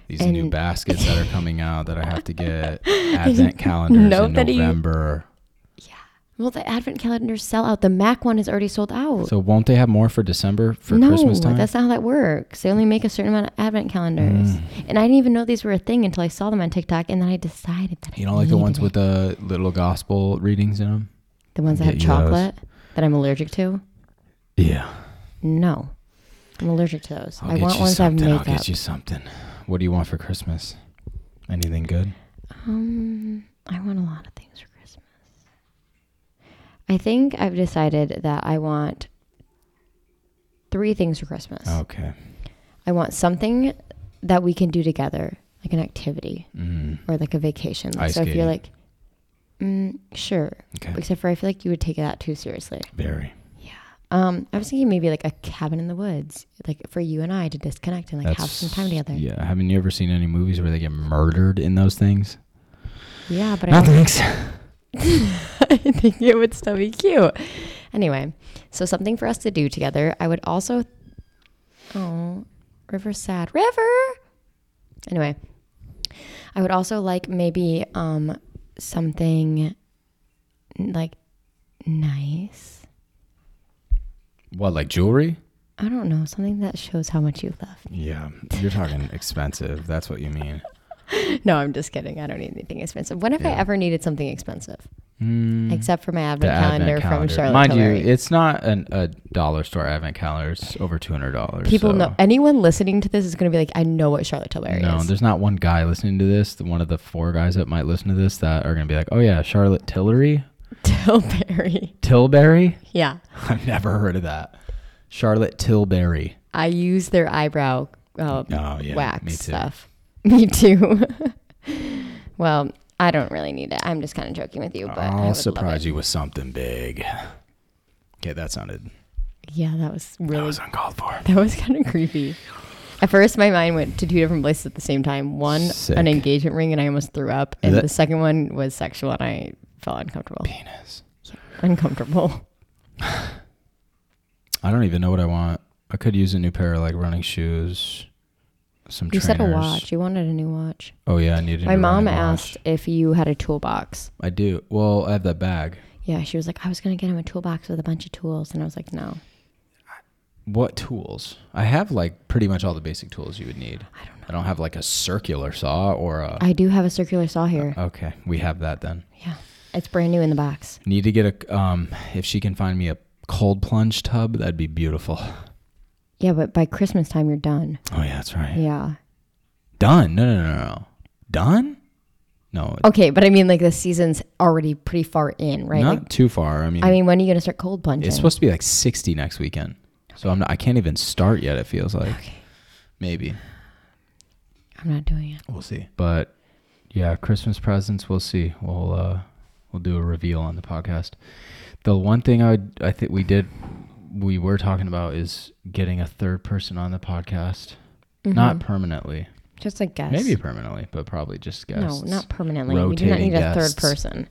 Speaker 2: These new
Speaker 1: And-
Speaker 2: baskets that are coming out that I have to get advent calendars
Speaker 1: Note
Speaker 2: in
Speaker 1: that he-
Speaker 2: November.
Speaker 1: Well, the advent calendars sell out. The Mac one is already sold out.
Speaker 2: So won't they have more for December for
Speaker 1: Oh. no,
Speaker 2: Christmas time?
Speaker 1: that's not how that works. They only make a certain amount of advent calendars,
Speaker 2: Mm.
Speaker 1: and I didn't even know these were a thing until I saw them on TikTok, and then I decided that
Speaker 2: you
Speaker 1: I
Speaker 2: know, like the
Speaker 1: needed
Speaker 2: ones
Speaker 1: it.
Speaker 2: with the little gospel readings in them.
Speaker 1: the ones that have
Speaker 2: Get you those.
Speaker 1: chocolate that I'm allergic to.
Speaker 2: Yeah,
Speaker 1: No, I'm allergic to those.
Speaker 2: I'll
Speaker 1: I
Speaker 2: get
Speaker 1: want
Speaker 2: you
Speaker 1: ones that have
Speaker 2: something. I'll
Speaker 1: makeup.
Speaker 2: get you something. What do you want for Christmas? Anything good?
Speaker 1: Um, I want a lot of things for Christmas. I think I've decided that I want three things for Christmas.
Speaker 2: Okay.
Speaker 1: I want something that we can do together, like an activity
Speaker 2: Mm.
Speaker 1: or like a vacation. Like,
Speaker 2: Ice
Speaker 1: so if you're
Speaker 2: skating.
Speaker 1: like, mm, sure,
Speaker 2: Okay.
Speaker 1: except for I feel like you would take that too seriously.
Speaker 2: Very.
Speaker 1: Um, I was thinking maybe like a cabin in the woods, like for you and I to disconnect and like have some time together. Yeah,
Speaker 2: Yeah. Haven't you ever seen any movies where they get murdered in those things?
Speaker 1: but I
Speaker 2: Not
Speaker 1: don't
Speaker 2: thanks.
Speaker 1: I think it would still be cute. Anyway, so something for us to do together. I would also. Oh, River Sad. River! Anyway, I would also like maybe um, something like nice.
Speaker 2: What, like jewelry?
Speaker 1: I don't know, something that shows how much you love.
Speaker 2: Yeah. You're talking expensive. That's what you mean.
Speaker 1: No, I'm just kidding. I don't need anything expensive. When have I
Speaker 2: Yeah.
Speaker 1: ever needed something expensive?
Speaker 2: Mm,
Speaker 1: Except for my
Speaker 2: the
Speaker 1: advent, calendar,
Speaker 2: advent
Speaker 1: from Charlotte
Speaker 2: Mind
Speaker 1: Tilbury.
Speaker 2: you, it's not an, a dollar store advent calendar. It's over two hundred dollars.
Speaker 1: People
Speaker 2: so.
Speaker 1: know anyone listening to this is going to be like, I know what Charlotte Tilbury
Speaker 2: no,
Speaker 1: is.
Speaker 2: there's not one guy listening to this. The, one of the four guys that might listen to this that are gonna be like, "Oh yeah, Charlotte Tillery,
Speaker 1: Tilbury.
Speaker 2: Tilbury."
Speaker 1: Yeah.
Speaker 2: I've never heard of that. Charlotte Tilbury.
Speaker 1: I use their eyebrow um,
Speaker 2: Oh, yeah,
Speaker 1: wax
Speaker 2: me too.
Speaker 1: stuff. Me too. well, I don't really need it. I'm just kind of joking with you, but I
Speaker 2: I'll
Speaker 1: would love
Speaker 2: surprise
Speaker 1: it.
Speaker 2: you with something big. Okay, that sounded
Speaker 1: Yeah, that was
Speaker 2: that
Speaker 1: really
Speaker 2: was uncalled for.
Speaker 1: that was kind of creepy. At first, my mind went to two different places at the same time. One,
Speaker 2: Sick.
Speaker 1: an engagement ring, and I almost threw up. And
Speaker 2: That-
Speaker 1: the second one was sexual, and I felt uncomfortable.
Speaker 2: Penis.
Speaker 1: Uncomfortable.
Speaker 2: I don't even know what I want. I could use a new pair of like running shoes, some
Speaker 1: You
Speaker 2: trainers.
Speaker 1: said a watch. You wanted a new watch.
Speaker 2: Oh yeah, I needed.
Speaker 1: My
Speaker 2: to run
Speaker 1: mom
Speaker 2: a watch.
Speaker 1: asked if you had a toolbox.
Speaker 2: I do. Well, I have that bag.
Speaker 1: Yeah, she was like, I was gonna get him a toolbox with a bunch of tools, and I was like, no,
Speaker 2: What tools? I have like pretty much all the basic tools you would need. I don't know. I don't have like a circular saw or a.
Speaker 1: I do have a circular saw here.
Speaker 2: okay, we have that then.
Speaker 1: Yeah,
Speaker 2: uh.
Speaker 1: it's brand new in the box.
Speaker 2: Need to get a. Um, if she can find me a cold plunge tub, that'd be beautiful.
Speaker 1: Yeah, but by Christmas time you're done.
Speaker 2: Oh yeah, that's right.
Speaker 1: Yeah.
Speaker 2: Done. No, no, no, no, no. Done. No,
Speaker 1: Okay, but I mean, like the season's already pretty far in, Oh, right?
Speaker 2: not
Speaker 1: Like,
Speaker 2: too far. I mean,
Speaker 1: I mean, when are you gonna start cold plunging?
Speaker 2: it's supposed to be like 60 next weekend, so I'm not, I can't even start yet. It feels like
Speaker 1: okay,
Speaker 2: maybe
Speaker 1: I'm not doing it.
Speaker 2: we'll see. But yeah, Christmas presents. We'll see. We'll uh, we'll do a reveal on the podcast. The one thing I would, I think we did we were talking about is getting a third person on the podcast, not permanently,
Speaker 1: Mm-hmm. Just like guests.
Speaker 2: maybe permanently, but probably just
Speaker 1: No,
Speaker 2: guests.
Speaker 1: not permanently. We do not
Speaker 2: Rotating
Speaker 1: need a third
Speaker 2: guests.
Speaker 1: person.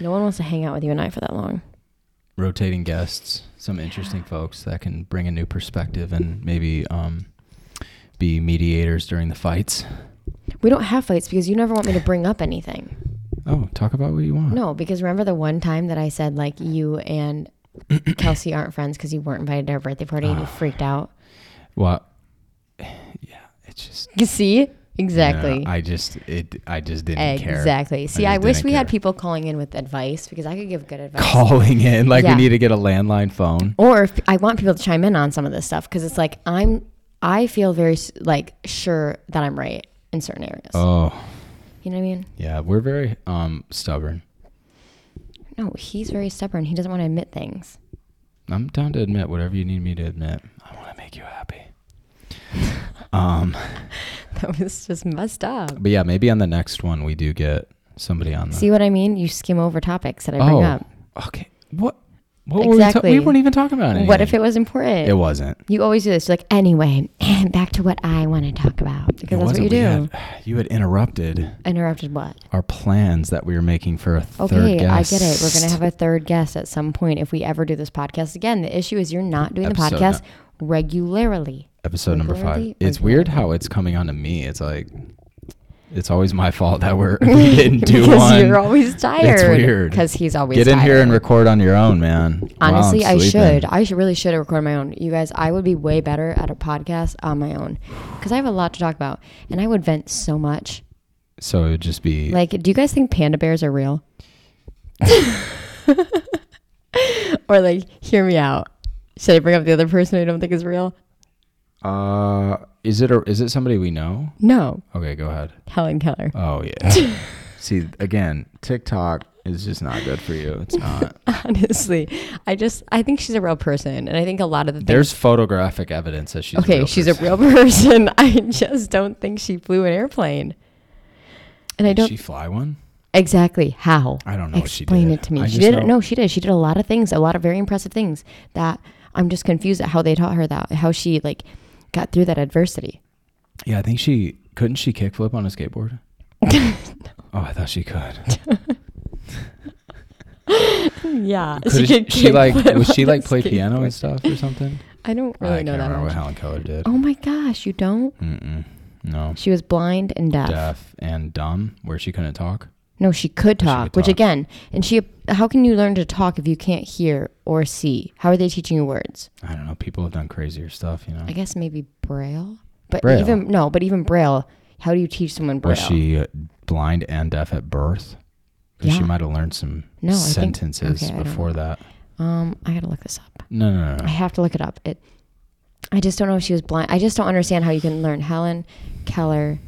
Speaker 1: No one wants to hang out with you and I for that long.
Speaker 2: rotating guests, some interesting folks that can bring a new perspective and maybe um, be mediators during the fights.
Speaker 1: We don't have fights because you never want me to bring up anything.
Speaker 2: Oh, talk about what you want.
Speaker 1: No, because remember the one time that I said like you and Kelsey aren't friends because you weren't invited to her birthday party and you freaked out.
Speaker 2: Well, yeah, it's just
Speaker 1: You see, exactly,
Speaker 2: I just it I just didn't care.
Speaker 1: exactly. See,
Speaker 2: just
Speaker 1: I, wish
Speaker 2: didn't
Speaker 1: we had
Speaker 2: care.
Speaker 1: people calling in with advice because I could give good advice.
Speaker 2: calling in like
Speaker 1: Yeah.
Speaker 2: we need to get a landline phone.
Speaker 1: or if, I want people to chime in on some of this stuff because it's like I'm, I feel very s- like sure that I'm right in certain areas.
Speaker 2: Oh,
Speaker 1: you know what I mean?
Speaker 2: yeah, we're very um stubborn.
Speaker 1: No, he's very stubborn. He doesn't want to admit things.
Speaker 2: I'm down to admit whatever you need me to admit. I want to make you happy. um,
Speaker 1: That was just messed up.
Speaker 2: but yeah, maybe on the next one we do get somebody on the
Speaker 1: See what I mean? You skim over topics that I
Speaker 2: Oh.
Speaker 1: bring up.
Speaker 2: Okay. What? What were we, ta- we
Speaker 1: Exactly.
Speaker 2: weren't even talking about anything.
Speaker 1: What if it was important?
Speaker 2: It wasn't.
Speaker 1: You always do this. You're like, anyway, back to what I want to talk about because
Speaker 2: It
Speaker 1: that's what
Speaker 2: wasn't.
Speaker 1: you
Speaker 2: We
Speaker 1: do.
Speaker 2: had- you had interrupted
Speaker 1: Interrupted what?
Speaker 2: our plans that we were making for a third
Speaker 1: Okay, I
Speaker 2: guest.
Speaker 1: get it. We're gonna have a third guest at some point if we ever do this podcast again. The issue is you're not doing
Speaker 2: Episode
Speaker 1: the podcast regularly.
Speaker 2: episode number five.
Speaker 1: Regularly,
Speaker 2: It's weird
Speaker 1: regularly.
Speaker 2: how it's coming onto me. It's like it's always my fault that we're we didn't do
Speaker 1: because
Speaker 2: one.
Speaker 1: you're always tired.
Speaker 2: weird.
Speaker 1: Because he's always
Speaker 2: Get in here and
Speaker 1: tired.
Speaker 2: record on your own, man. Wow, I'm
Speaker 1: Honestly, I
Speaker 2: sleeping.
Speaker 1: should. I should really should have recorded my own. You guys, I would be way better at a podcast on my own because I have a lot to talk about and I would vent so much.
Speaker 2: So it would just be
Speaker 1: Like, do you guys think panda bears are real? or like, hear me out. Should I bring up the other person I don't think is real?
Speaker 2: uh is it a, is it somebody we know?
Speaker 1: No,
Speaker 2: Okay, go ahead.
Speaker 1: Helen Keller.
Speaker 2: Oh yeah. See again, TikTok is just not good for you. It's not.
Speaker 1: Honestly, I just I think she's a real person, and I think a lot of the things.
Speaker 2: There's photographic evidence that she's
Speaker 1: okay,
Speaker 2: real
Speaker 1: she's
Speaker 2: person.
Speaker 1: a real person. I just don't think she flew an airplane. And I
Speaker 2: Did
Speaker 1: don't
Speaker 2: she fly one?
Speaker 1: exactly how.
Speaker 2: I don't know what she
Speaker 1: Explain
Speaker 2: did.
Speaker 1: it to me.
Speaker 2: I
Speaker 1: she
Speaker 2: just
Speaker 1: did.
Speaker 2: know-
Speaker 1: No, she did. She did a lot of things, a lot of very impressive things that I'm just confused at how they taught her that, how she like got through that adversity.
Speaker 2: Yeah, I think she couldn't she kickflip on a skateboard. Oh, I thought she could.
Speaker 1: Yeah,
Speaker 2: Could she, she
Speaker 1: kick
Speaker 2: like
Speaker 1: flip
Speaker 2: was she
Speaker 1: on
Speaker 2: like
Speaker 1: a
Speaker 2: play piano
Speaker 1: skateboard.
Speaker 2: and stuff or something?
Speaker 1: I don't really
Speaker 2: I
Speaker 1: know
Speaker 2: can't
Speaker 1: that
Speaker 2: remember what
Speaker 1: much.
Speaker 2: Helen Keller did.
Speaker 1: Oh my gosh, you don't?
Speaker 2: Mm-mm. No,
Speaker 1: She was blind and deaf.
Speaker 2: deaf and dumb, where she couldn't talk.
Speaker 1: No, she could
Speaker 2: could
Speaker 1: talk, which
Speaker 2: talk.
Speaker 1: again, and she. How can you learn to talk if you can't hear or see? How are they teaching you words?
Speaker 2: I don't know. People have done crazier stuff, you know.
Speaker 1: I guess maybe braille, but
Speaker 2: Braille.
Speaker 1: even no, but even braille. How do you teach someone braille?
Speaker 2: Was she uh, blind and deaf at birth? 'Cause she
Speaker 1: Yeah.
Speaker 2: might have learned some
Speaker 1: No, I think-
Speaker 2: sentences
Speaker 1: okay, I don't
Speaker 2: before that.
Speaker 1: um, I gotta look this up.
Speaker 2: No, no,
Speaker 1: I
Speaker 2: no, no.
Speaker 1: have to look it up. It. I just don't know if she was blind. I just don't understand how you can learn Helen Keller.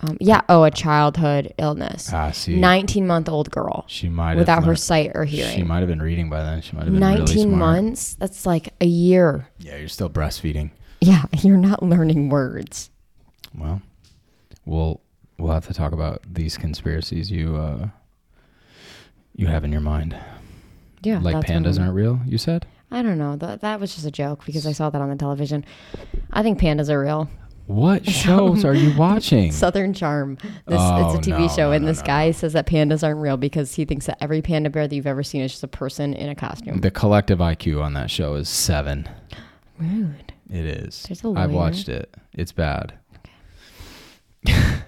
Speaker 1: Um, yeah. Oh, a childhood illness.
Speaker 2: Ah, see,
Speaker 1: 19 month old girl
Speaker 2: she might
Speaker 1: without
Speaker 2: have
Speaker 1: her
Speaker 2: learned-
Speaker 1: sight or
Speaker 2: She
Speaker 1: hearing.
Speaker 2: might have been reading by then. She might have been
Speaker 1: 19
Speaker 2: really smart.
Speaker 1: months? That's like a year.
Speaker 2: Yeah, you're still breastfeeding.
Speaker 1: Yeah, you're not learning words.
Speaker 2: Well, we'll we'll have to talk about these conspiracies you uh, you have in your mind.
Speaker 1: Yeah.
Speaker 2: like
Speaker 1: that's one of
Speaker 2: pandas
Speaker 1: them.
Speaker 2: aren't real. You said
Speaker 1: I don't know. That, that was just a joke because I saw that on the television. I think pandas are real.
Speaker 2: what shows are you watching?
Speaker 1: Southern Charm. This
Speaker 2: Oh,
Speaker 1: it's a TV
Speaker 2: no,
Speaker 1: show,
Speaker 2: no,
Speaker 1: and
Speaker 2: no,
Speaker 1: this
Speaker 2: no,
Speaker 1: guy says that pandas aren't real because he thinks that every panda bear that you've ever seen is just a person in a costume.
Speaker 2: The collective IQ on that show is seven.
Speaker 1: Rude.
Speaker 2: It is.
Speaker 1: There's a lawyer.
Speaker 2: I've watched it. It's bad.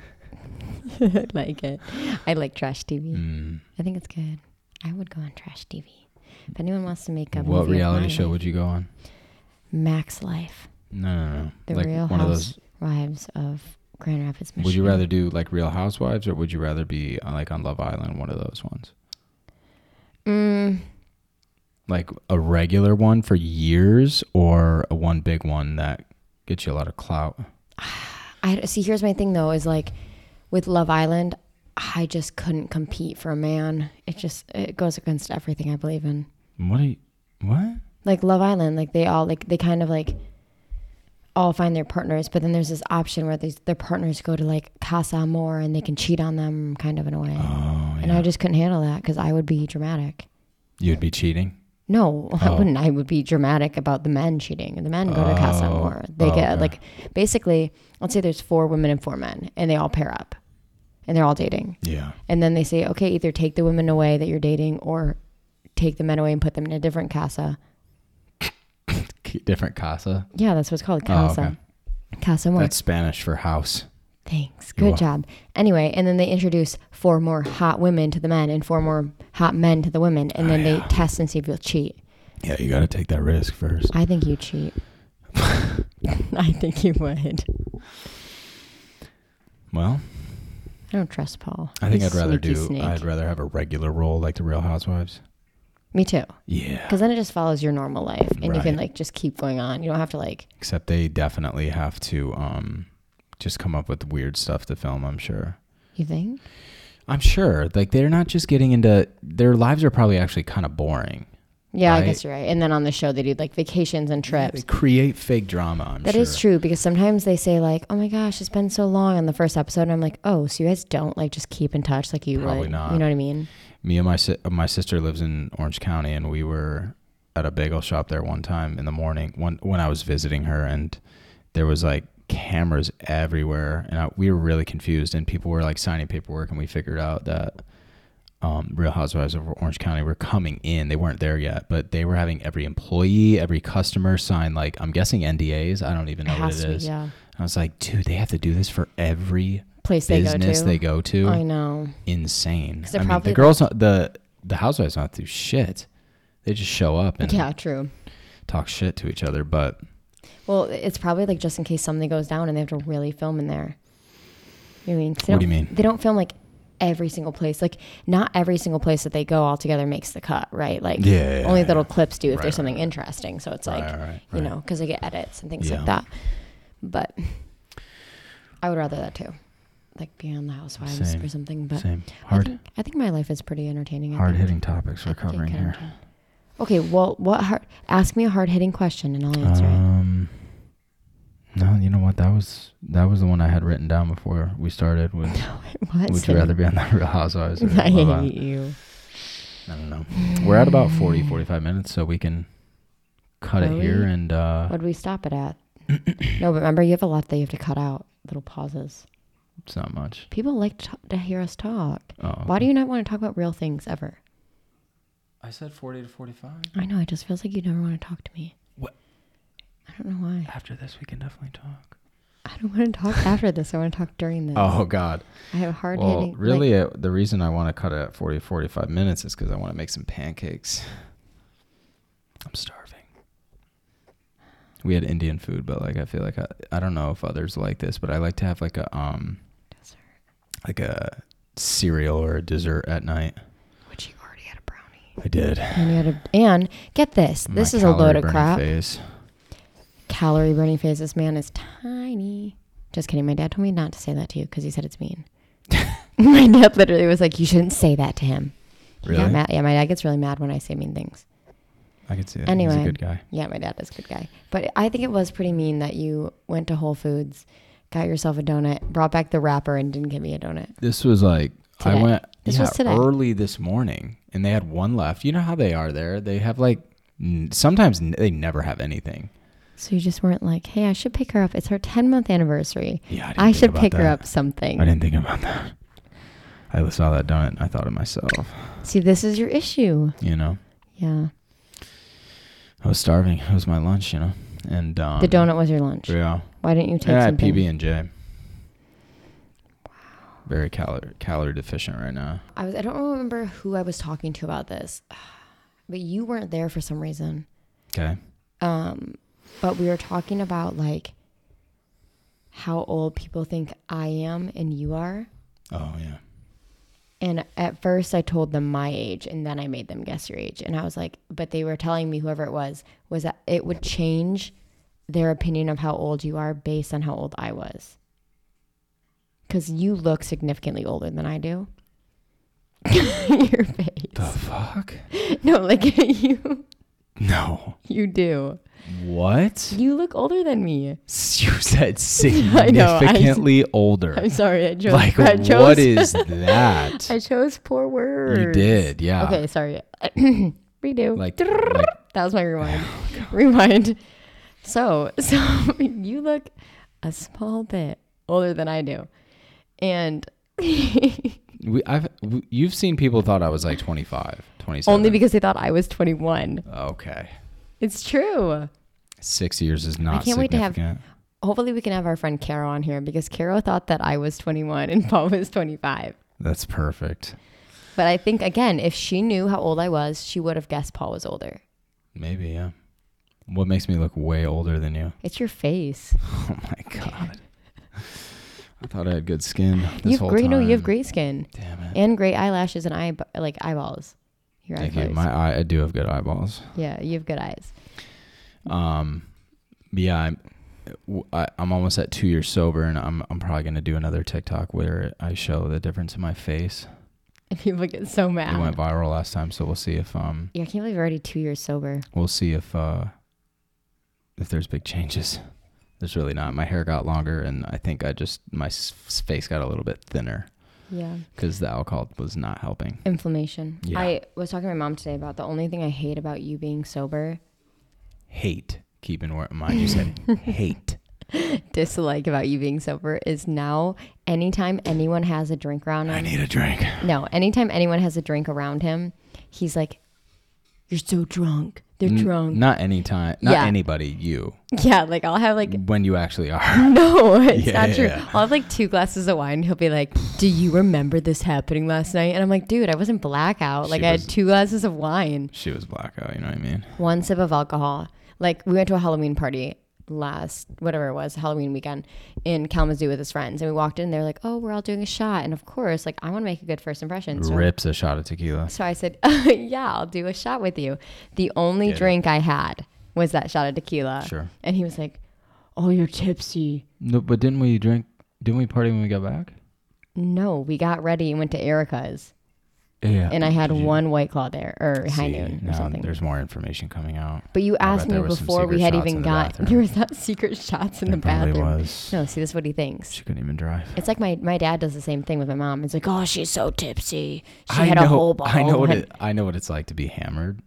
Speaker 1: I like it. I like trash TV.
Speaker 2: Mm.
Speaker 1: I think it's good. I would go on trash TV. If anyone wants to make up
Speaker 2: What reality show would you go on?
Speaker 1: Max Life,
Speaker 2: No, no, no.
Speaker 1: The
Speaker 2: like
Speaker 1: Real
Speaker 2: one of those.
Speaker 1: Wives of Grand Rapids, Michigan.
Speaker 2: Would you rather do like Real Housewives or would you rather be uh, like on Love Island, one of those ones?
Speaker 1: Mm,
Speaker 2: Like a regular one for years or a one big one that gets you a lot of clout?
Speaker 1: I see. Here's my thing though: is like with Love Island, I just couldn't compete for a man. It just it goes against everything I believe in.
Speaker 2: What? Are you, what?
Speaker 1: Like Love Island, like they all like they kind of like all find their partners, but then there's this option where these their partners go to like Casa Amor and they can cheat on them, kind of in a way.
Speaker 2: Oh,
Speaker 1: And
Speaker 2: yeah.
Speaker 1: I just couldn't handle that because I would be dramatic.
Speaker 2: You'd be cheating?
Speaker 1: No, I
Speaker 2: Oh.
Speaker 1: wouldn't. I would be dramatic about the men cheating. The men go to Casa
Speaker 2: Oh.
Speaker 1: Amor. They
Speaker 2: Oh,
Speaker 1: get
Speaker 2: okay.
Speaker 1: like basically, let's say there's four women and four men, and they all pair up, and they're all dating.
Speaker 2: Yeah.
Speaker 1: And then they say, okay, either take the women away that you're dating, or take the men away and put them in a different casa.
Speaker 2: K- Different casa.
Speaker 1: Yeah, that's what it's called,
Speaker 2: Oh,
Speaker 1: casa, Casa Amor.
Speaker 2: That's Spanish for house.
Speaker 1: Thanks.
Speaker 2: You're
Speaker 1: Good job. Anyway, and then they introduce four more hot women to the men and four more hot men to the women, and
Speaker 2: Oh,
Speaker 1: then they
Speaker 2: yeah.
Speaker 1: test and see if you'll cheat.
Speaker 2: Yeah, you got to take that risk first.
Speaker 1: I think you cheat. I think you would.
Speaker 2: Well,
Speaker 1: I don't trust Paul.
Speaker 2: I think
Speaker 1: He's
Speaker 2: I'd rather
Speaker 1: sneaky
Speaker 2: do.
Speaker 1: snake.
Speaker 2: I'd rather have a regular role like the Real Housewives.
Speaker 1: Me too,
Speaker 2: Yeah.
Speaker 1: because then it just follows your normal life, and you can
Speaker 2: Right.
Speaker 1: like just keep going on. You don't have to like.
Speaker 2: Except they definitely have to um, just come up with weird stuff to film. I'm sure.
Speaker 1: You think?
Speaker 2: I'm sure. Like they're not just getting into. Their lives are probably actually kind of boring.
Speaker 1: Yeah, I
Speaker 2: Right.
Speaker 1: guess you're right. And then on the show, they do like vacations and
Speaker 2: They
Speaker 1: trips.
Speaker 2: create fake drama. I'm
Speaker 1: That
Speaker 2: sure.
Speaker 1: is true because sometimes they say like, "Oh my gosh, it's been so long" on the first episode, and I'm like, "Oh, so you guys don't like just keep in touch like you
Speaker 2: Probably
Speaker 1: would?"
Speaker 2: not.
Speaker 1: You know what I mean?
Speaker 2: me and my si- my sister lives in Orange County, and we were at a bagel shop there one time in the morning when when I was visiting her, and there was like cameras everywhere, and I, we were really confused, and people were like signing paperwork, and we figured out that um, Real Housewives of Orange County were coming in. They weren't there yet, but they were having every employee, every customer sign like I'm guessing NDAs. I don't even
Speaker 1: It
Speaker 2: know what
Speaker 1: has
Speaker 2: it
Speaker 1: to be,
Speaker 2: is.
Speaker 1: yeah.
Speaker 2: I was like, dude, they have to do this for every
Speaker 1: Place they go
Speaker 2: business
Speaker 1: to. Oh,
Speaker 2: they go to
Speaker 1: I know.
Speaker 2: insane.
Speaker 1: 'Cause
Speaker 2: I
Speaker 1: they're
Speaker 2: mean,
Speaker 1: probably
Speaker 2: the
Speaker 1: like-
Speaker 2: girls, not, the the housewives, not do shit. They just show up and
Speaker 1: Yeah, true.
Speaker 2: talk shit to each other. But
Speaker 1: Well, it's probably like just in case something goes down and they have to really film in there. You know what I mean? 'Cause they
Speaker 2: What do
Speaker 1: don't-
Speaker 2: you mean?
Speaker 1: They don't film like every single place. Like not every single place that they go all together makes the cut, right? Like
Speaker 2: Yeah, yeah,
Speaker 1: only
Speaker 2: yeah.
Speaker 1: little clips do if
Speaker 2: Right,
Speaker 1: there's
Speaker 2: right,
Speaker 1: something
Speaker 2: right.
Speaker 1: interesting. So it's
Speaker 2: Right,
Speaker 1: like
Speaker 2: right, right,
Speaker 1: you
Speaker 2: right.
Speaker 1: know because they get edits and things
Speaker 2: Yeah.
Speaker 1: like that. But I would rather that too, like be on the Housewives
Speaker 2: Same.
Speaker 1: or something. But
Speaker 2: same
Speaker 1: I
Speaker 2: hard
Speaker 1: think, I think my life is pretty entertaining. I
Speaker 2: hard
Speaker 1: think.
Speaker 2: hitting topics
Speaker 1: I
Speaker 2: we're
Speaker 1: think it
Speaker 2: covering
Speaker 1: can
Speaker 2: here.
Speaker 1: turn. Okay, well, what hard? Ask me a hard hitting question and I'll answer it.
Speaker 2: Um, no, you know what? That was that was the one I had written down before we started. With,
Speaker 1: What?
Speaker 2: would you rather be on the Real Housewives? Or
Speaker 1: I
Speaker 2: Love Island?
Speaker 1: hate you.
Speaker 2: I don't know. We're at about 40, 45 minutes, so we can cut
Speaker 1: Are
Speaker 2: it here
Speaker 1: we?
Speaker 2: and uh,
Speaker 1: What do we stop it at? no, but remember, you have a lot that you have to cut out. Little pauses.
Speaker 2: it's not much.
Speaker 1: People like to, to hear us talk.
Speaker 2: Oh,
Speaker 1: Why do
Speaker 2: okay.
Speaker 1: you not want to talk about real things ever?
Speaker 2: I said forty to forty-five.
Speaker 1: I know. It just feels like you never want to talk to me.
Speaker 2: What?
Speaker 1: I don't know why.
Speaker 2: After this, we can definitely talk.
Speaker 1: I don't want to talk after this. I want to talk during this.
Speaker 2: Oh God!
Speaker 1: I have hard
Speaker 2: Well,
Speaker 1: hitting. like-
Speaker 2: really, uh the reason I want to cut it at 40, 45 minutes is because I want to make some pancakes. I'm starving. We had Indian food, but like I feel like I, I don't know if others like this, but I like to have like a um
Speaker 1: Dessert.
Speaker 2: like a cereal or a dessert at night.
Speaker 1: which you already had a brownie.
Speaker 2: I did.
Speaker 1: And you had a. And get this. This
Speaker 2: My
Speaker 1: is a load
Speaker 2: calorie
Speaker 1: of
Speaker 2: burning
Speaker 1: crap.
Speaker 2: phase.
Speaker 1: Calorie burning phase. This man is tiny. Just kidding. My dad told me not to say that to you because he said it's mean. my dad literally was like, "You shouldn't say that to him." He got
Speaker 2: Really?
Speaker 1: mad- Yeah, my dad gets really mad when I say mean things.
Speaker 2: I could see that. He's
Speaker 1: Anyway.
Speaker 2: a good guy.
Speaker 1: Yeah, my dad is a good guy, but I think it was pretty mean that you went to Whole Foods, got yourself a donut, brought back the wrapper, and didn't give me a donut.
Speaker 2: This was like I
Speaker 1: Today.
Speaker 2: went
Speaker 1: This
Speaker 2: yeah,
Speaker 1: was today.
Speaker 2: early this morning, and they had one left. You know how they are there. They have like n- sometimes n- they never have anything.
Speaker 1: So you just weren't like, "Hey, I should pick her up. It's her 10 month anniversary.
Speaker 2: Yeah,
Speaker 1: I should pick her up something."
Speaker 2: I didn't think about that. I saw that donut and I thought of myself.
Speaker 1: See, this is your issue.
Speaker 2: You know,
Speaker 1: Yeah.
Speaker 2: I was starving. It was my lunch. You know, and um,
Speaker 1: the donut was your lunch.
Speaker 2: Yeah,
Speaker 1: Why didn't you take
Speaker 2: and I had
Speaker 1: something?
Speaker 2: PB and J. Wow. Very calorie calorie deficient right now.
Speaker 1: I was I don't remember who I was talking to about this, but you weren't there for some reason.
Speaker 2: Okay.
Speaker 1: Um, but we were talking about like how old people think I am and you are.
Speaker 2: Oh yeah.
Speaker 1: And at first I told them my age and then I made them guess your age. And I was like, but they were telling me whoever it was was that it would change their opinion of how old you are based on how old I was. Cuz you look significantly older than I do. your face.
Speaker 2: The fuck?
Speaker 1: No, like you
Speaker 2: No.
Speaker 1: you do.
Speaker 2: What?
Speaker 1: You look older than me.
Speaker 2: You said
Speaker 1: I know, I-
Speaker 2: significantly older.
Speaker 1: I'm sorry, I chose
Speaker 2: like
Speaker 1: I chose,
Speaker 2: what is that?
Speaker 1: I chose poor words.
Speaker 2: you did, yeah.
Speaker 1: Okay, sorry. Redo.
Speaker 2: Um, Like,
Speaker 1: Drrrr.
Speaker 2: like Oh,
Speaker 1: That was my rewind. rewind. So, so you look a small bit older than I do, and
Speaker 2: we, I've w you've seen people thought I was like 25, 27.
Speaker 1: only because they thought I was 21.
Speaker 2: okay.
Speaker 1: It's true.
Speaker 2: Six years is not.
Speaker 1: can't wait to have-
Speaker 2: significant. wait to
Speaker 1: Hopefully, we can have our friend Caro on here because Caro thought that I was 21 and Paul was 25.
Speaker 2: That's perfect.
Speaker 1: But I think again, if she knew how old I was, she would have guessed Paul was older.
Speaker 2: Maybe yeah. What makes me look way older than you?
Speaker 1: It's your face.
Speaker 2: Oh my god. I thought I had good skin this
Speaker 1: you have
Speaker 2: whole
Speaker 1: great.
Speaker 2: time.
Speaker 1: No, you have great skin
Speaker 2: Damn it.
Speaker 1: and great eyelashes and eye like eyeballs. Your
Speaker 2: Thank
Speaker 1: eyeballs.
Speaker 2: you. My eye, I do have good eyeballs.
Speaker 1: yeah, you have good eyes.
Speaker 2: Um, yeah, I'm, w- I, am i am almost at two years sober, and I'm I'm probably gonna do another TikTok where I show the difference in my face.
Speaker 1: And people get so
Speaker 2: It went
Speaker 1: mad.
Speaker 2: viral last time, so we'll see if um
Speaker 1: Yeah, I can't believe you're already two years sober.
Speaker 2: we'll see if uh if there's big changes. There's really not. My hair got longer, and I think I just my s- face got a little bit thinner
Speaker 1: Yeah.
Speaker 2: because the alcohol was not helping.
Speaker 1: Inflammation.
Speaker 2: Yeah.
Speaker 1: I was talking to my mom today about the only thing I hate about you being sober,
Speaker 2: Hate. Keep in wor- mind you said hate.
Speaker 1: dislike about you being sober is now anytime anyone has a drink around
Speaker 2: I
Speaker 1: him.
Speaker 2: need a drink.
Speaker 1: No, anytime anyone has a drink around him, he's like, You're so drunk. They're
Speaker 2: N-
Speaker 1: drunk.
Speaker 2: Not any time. Not
Speaker 1: Yeah.
Speaker 2: anybody. You.
Speaker 1: Yeah, like I'll have like
Speaker 2: When you actually are.
Speaker 1: no, it's
Speaker 2: Yeah,
Speaker 1: not true.
Speaker 2: yeah.
Speaker 1: I'll have like two glasses of wine. He'll be like, "Do you remember this happening last night?" And I'm like, "Dude, I wasn't blackout.
Speaker 2: She
Speaker 1: Like I
Speaker 2: was-
Speaker 1: had two glasses of wine."
Speaker 2: She was blackout. You know what I mean?
Speaker 1: one sip of alcohol. Like we went to a Halloween party last whatever it was Halloween weekend in Kalamazoo with his friends, and we walked in. They're like, "Oh, we're all doing a shot," and of course, like I want to make a good first impression. So,
Speaker 2: Rips a shot of tequila.
Speaker 1: so I said, "Yeah, I'll do a shot with you." The only
Speaker 2: Get it.
Speaker 1: drink I had was that shot of tequila,
Speaker 2: Sure.
Speaker 1: and he was like, "Oh, you're tipsy."
Speaker 2: No, but didn't we drink? Didn't we party when we got back?
Speaker 1: No, we got ready and went to Erica's,
Speaker 2: Yeah.
Speaker 1: and I had
Speaker 2: Did you-
Speaker 1: one white claw there or high
Speaker 2: See,
Speaker 1: noon or
Speaker 2: now
Speaker 1: something.
Speaker 2: There's more information coming out.
Speaker 1: But you
Speaker 2: bet
Speaker 1: asked me
Speaker 2: there was some
Speaker 1: before we
Speaker 2: secret
Speaker 1: had
Speaker 2: shots
Speaker 1: even
Speaker 2: in the
Speaker 1: got
Speaker 2: bathroom.
Speaker 1: there was not secret shots in
Speaker 2: There
Speaker 1: the
Speaker 2: probably
Speaker 1: bathroom.
Speaker 2: was.
Speaker 1: No, see, that's what he thinks.
Speaker 2: She couldn't even drive.
Speaker 1: It's like my, my dad does the same thing with my mom. It's like, oh, she's so tipsy. She
Speaker 2: I
Speaker 1: had
Speaker 2: know.
Speaker 1: a whole bottle.
Speaker 2: I know what
Speaker 1: of
Speaker 2: it. I know what it's like to be hammered.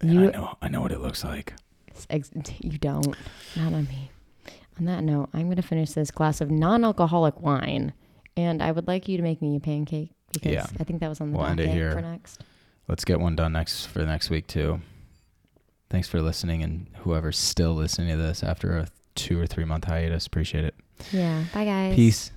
Speaker 2: And
Speaker 1: You,
Speaker 2: I know. I know what it looks like.
Speaker 1: ex- you don't. Not on me. On that note, I'm going to finish this glass of non alcoholic wine. And I would like you to make me a pancake because
Speaker 2: Yeah.
Speaker 1: I think that was on the
Speaker 2: We'll end it
Speaker 1: docket
Speaker 2: here.
Speaker 1: for next.
Speaker 2: Let's get one done next for next week too. Thanks for listening, and whoever's still listening to this after a two or three month hiatus, appreciate it.
Speaker 1: Yeah. Bye, guys.
Speaker 2: Peace.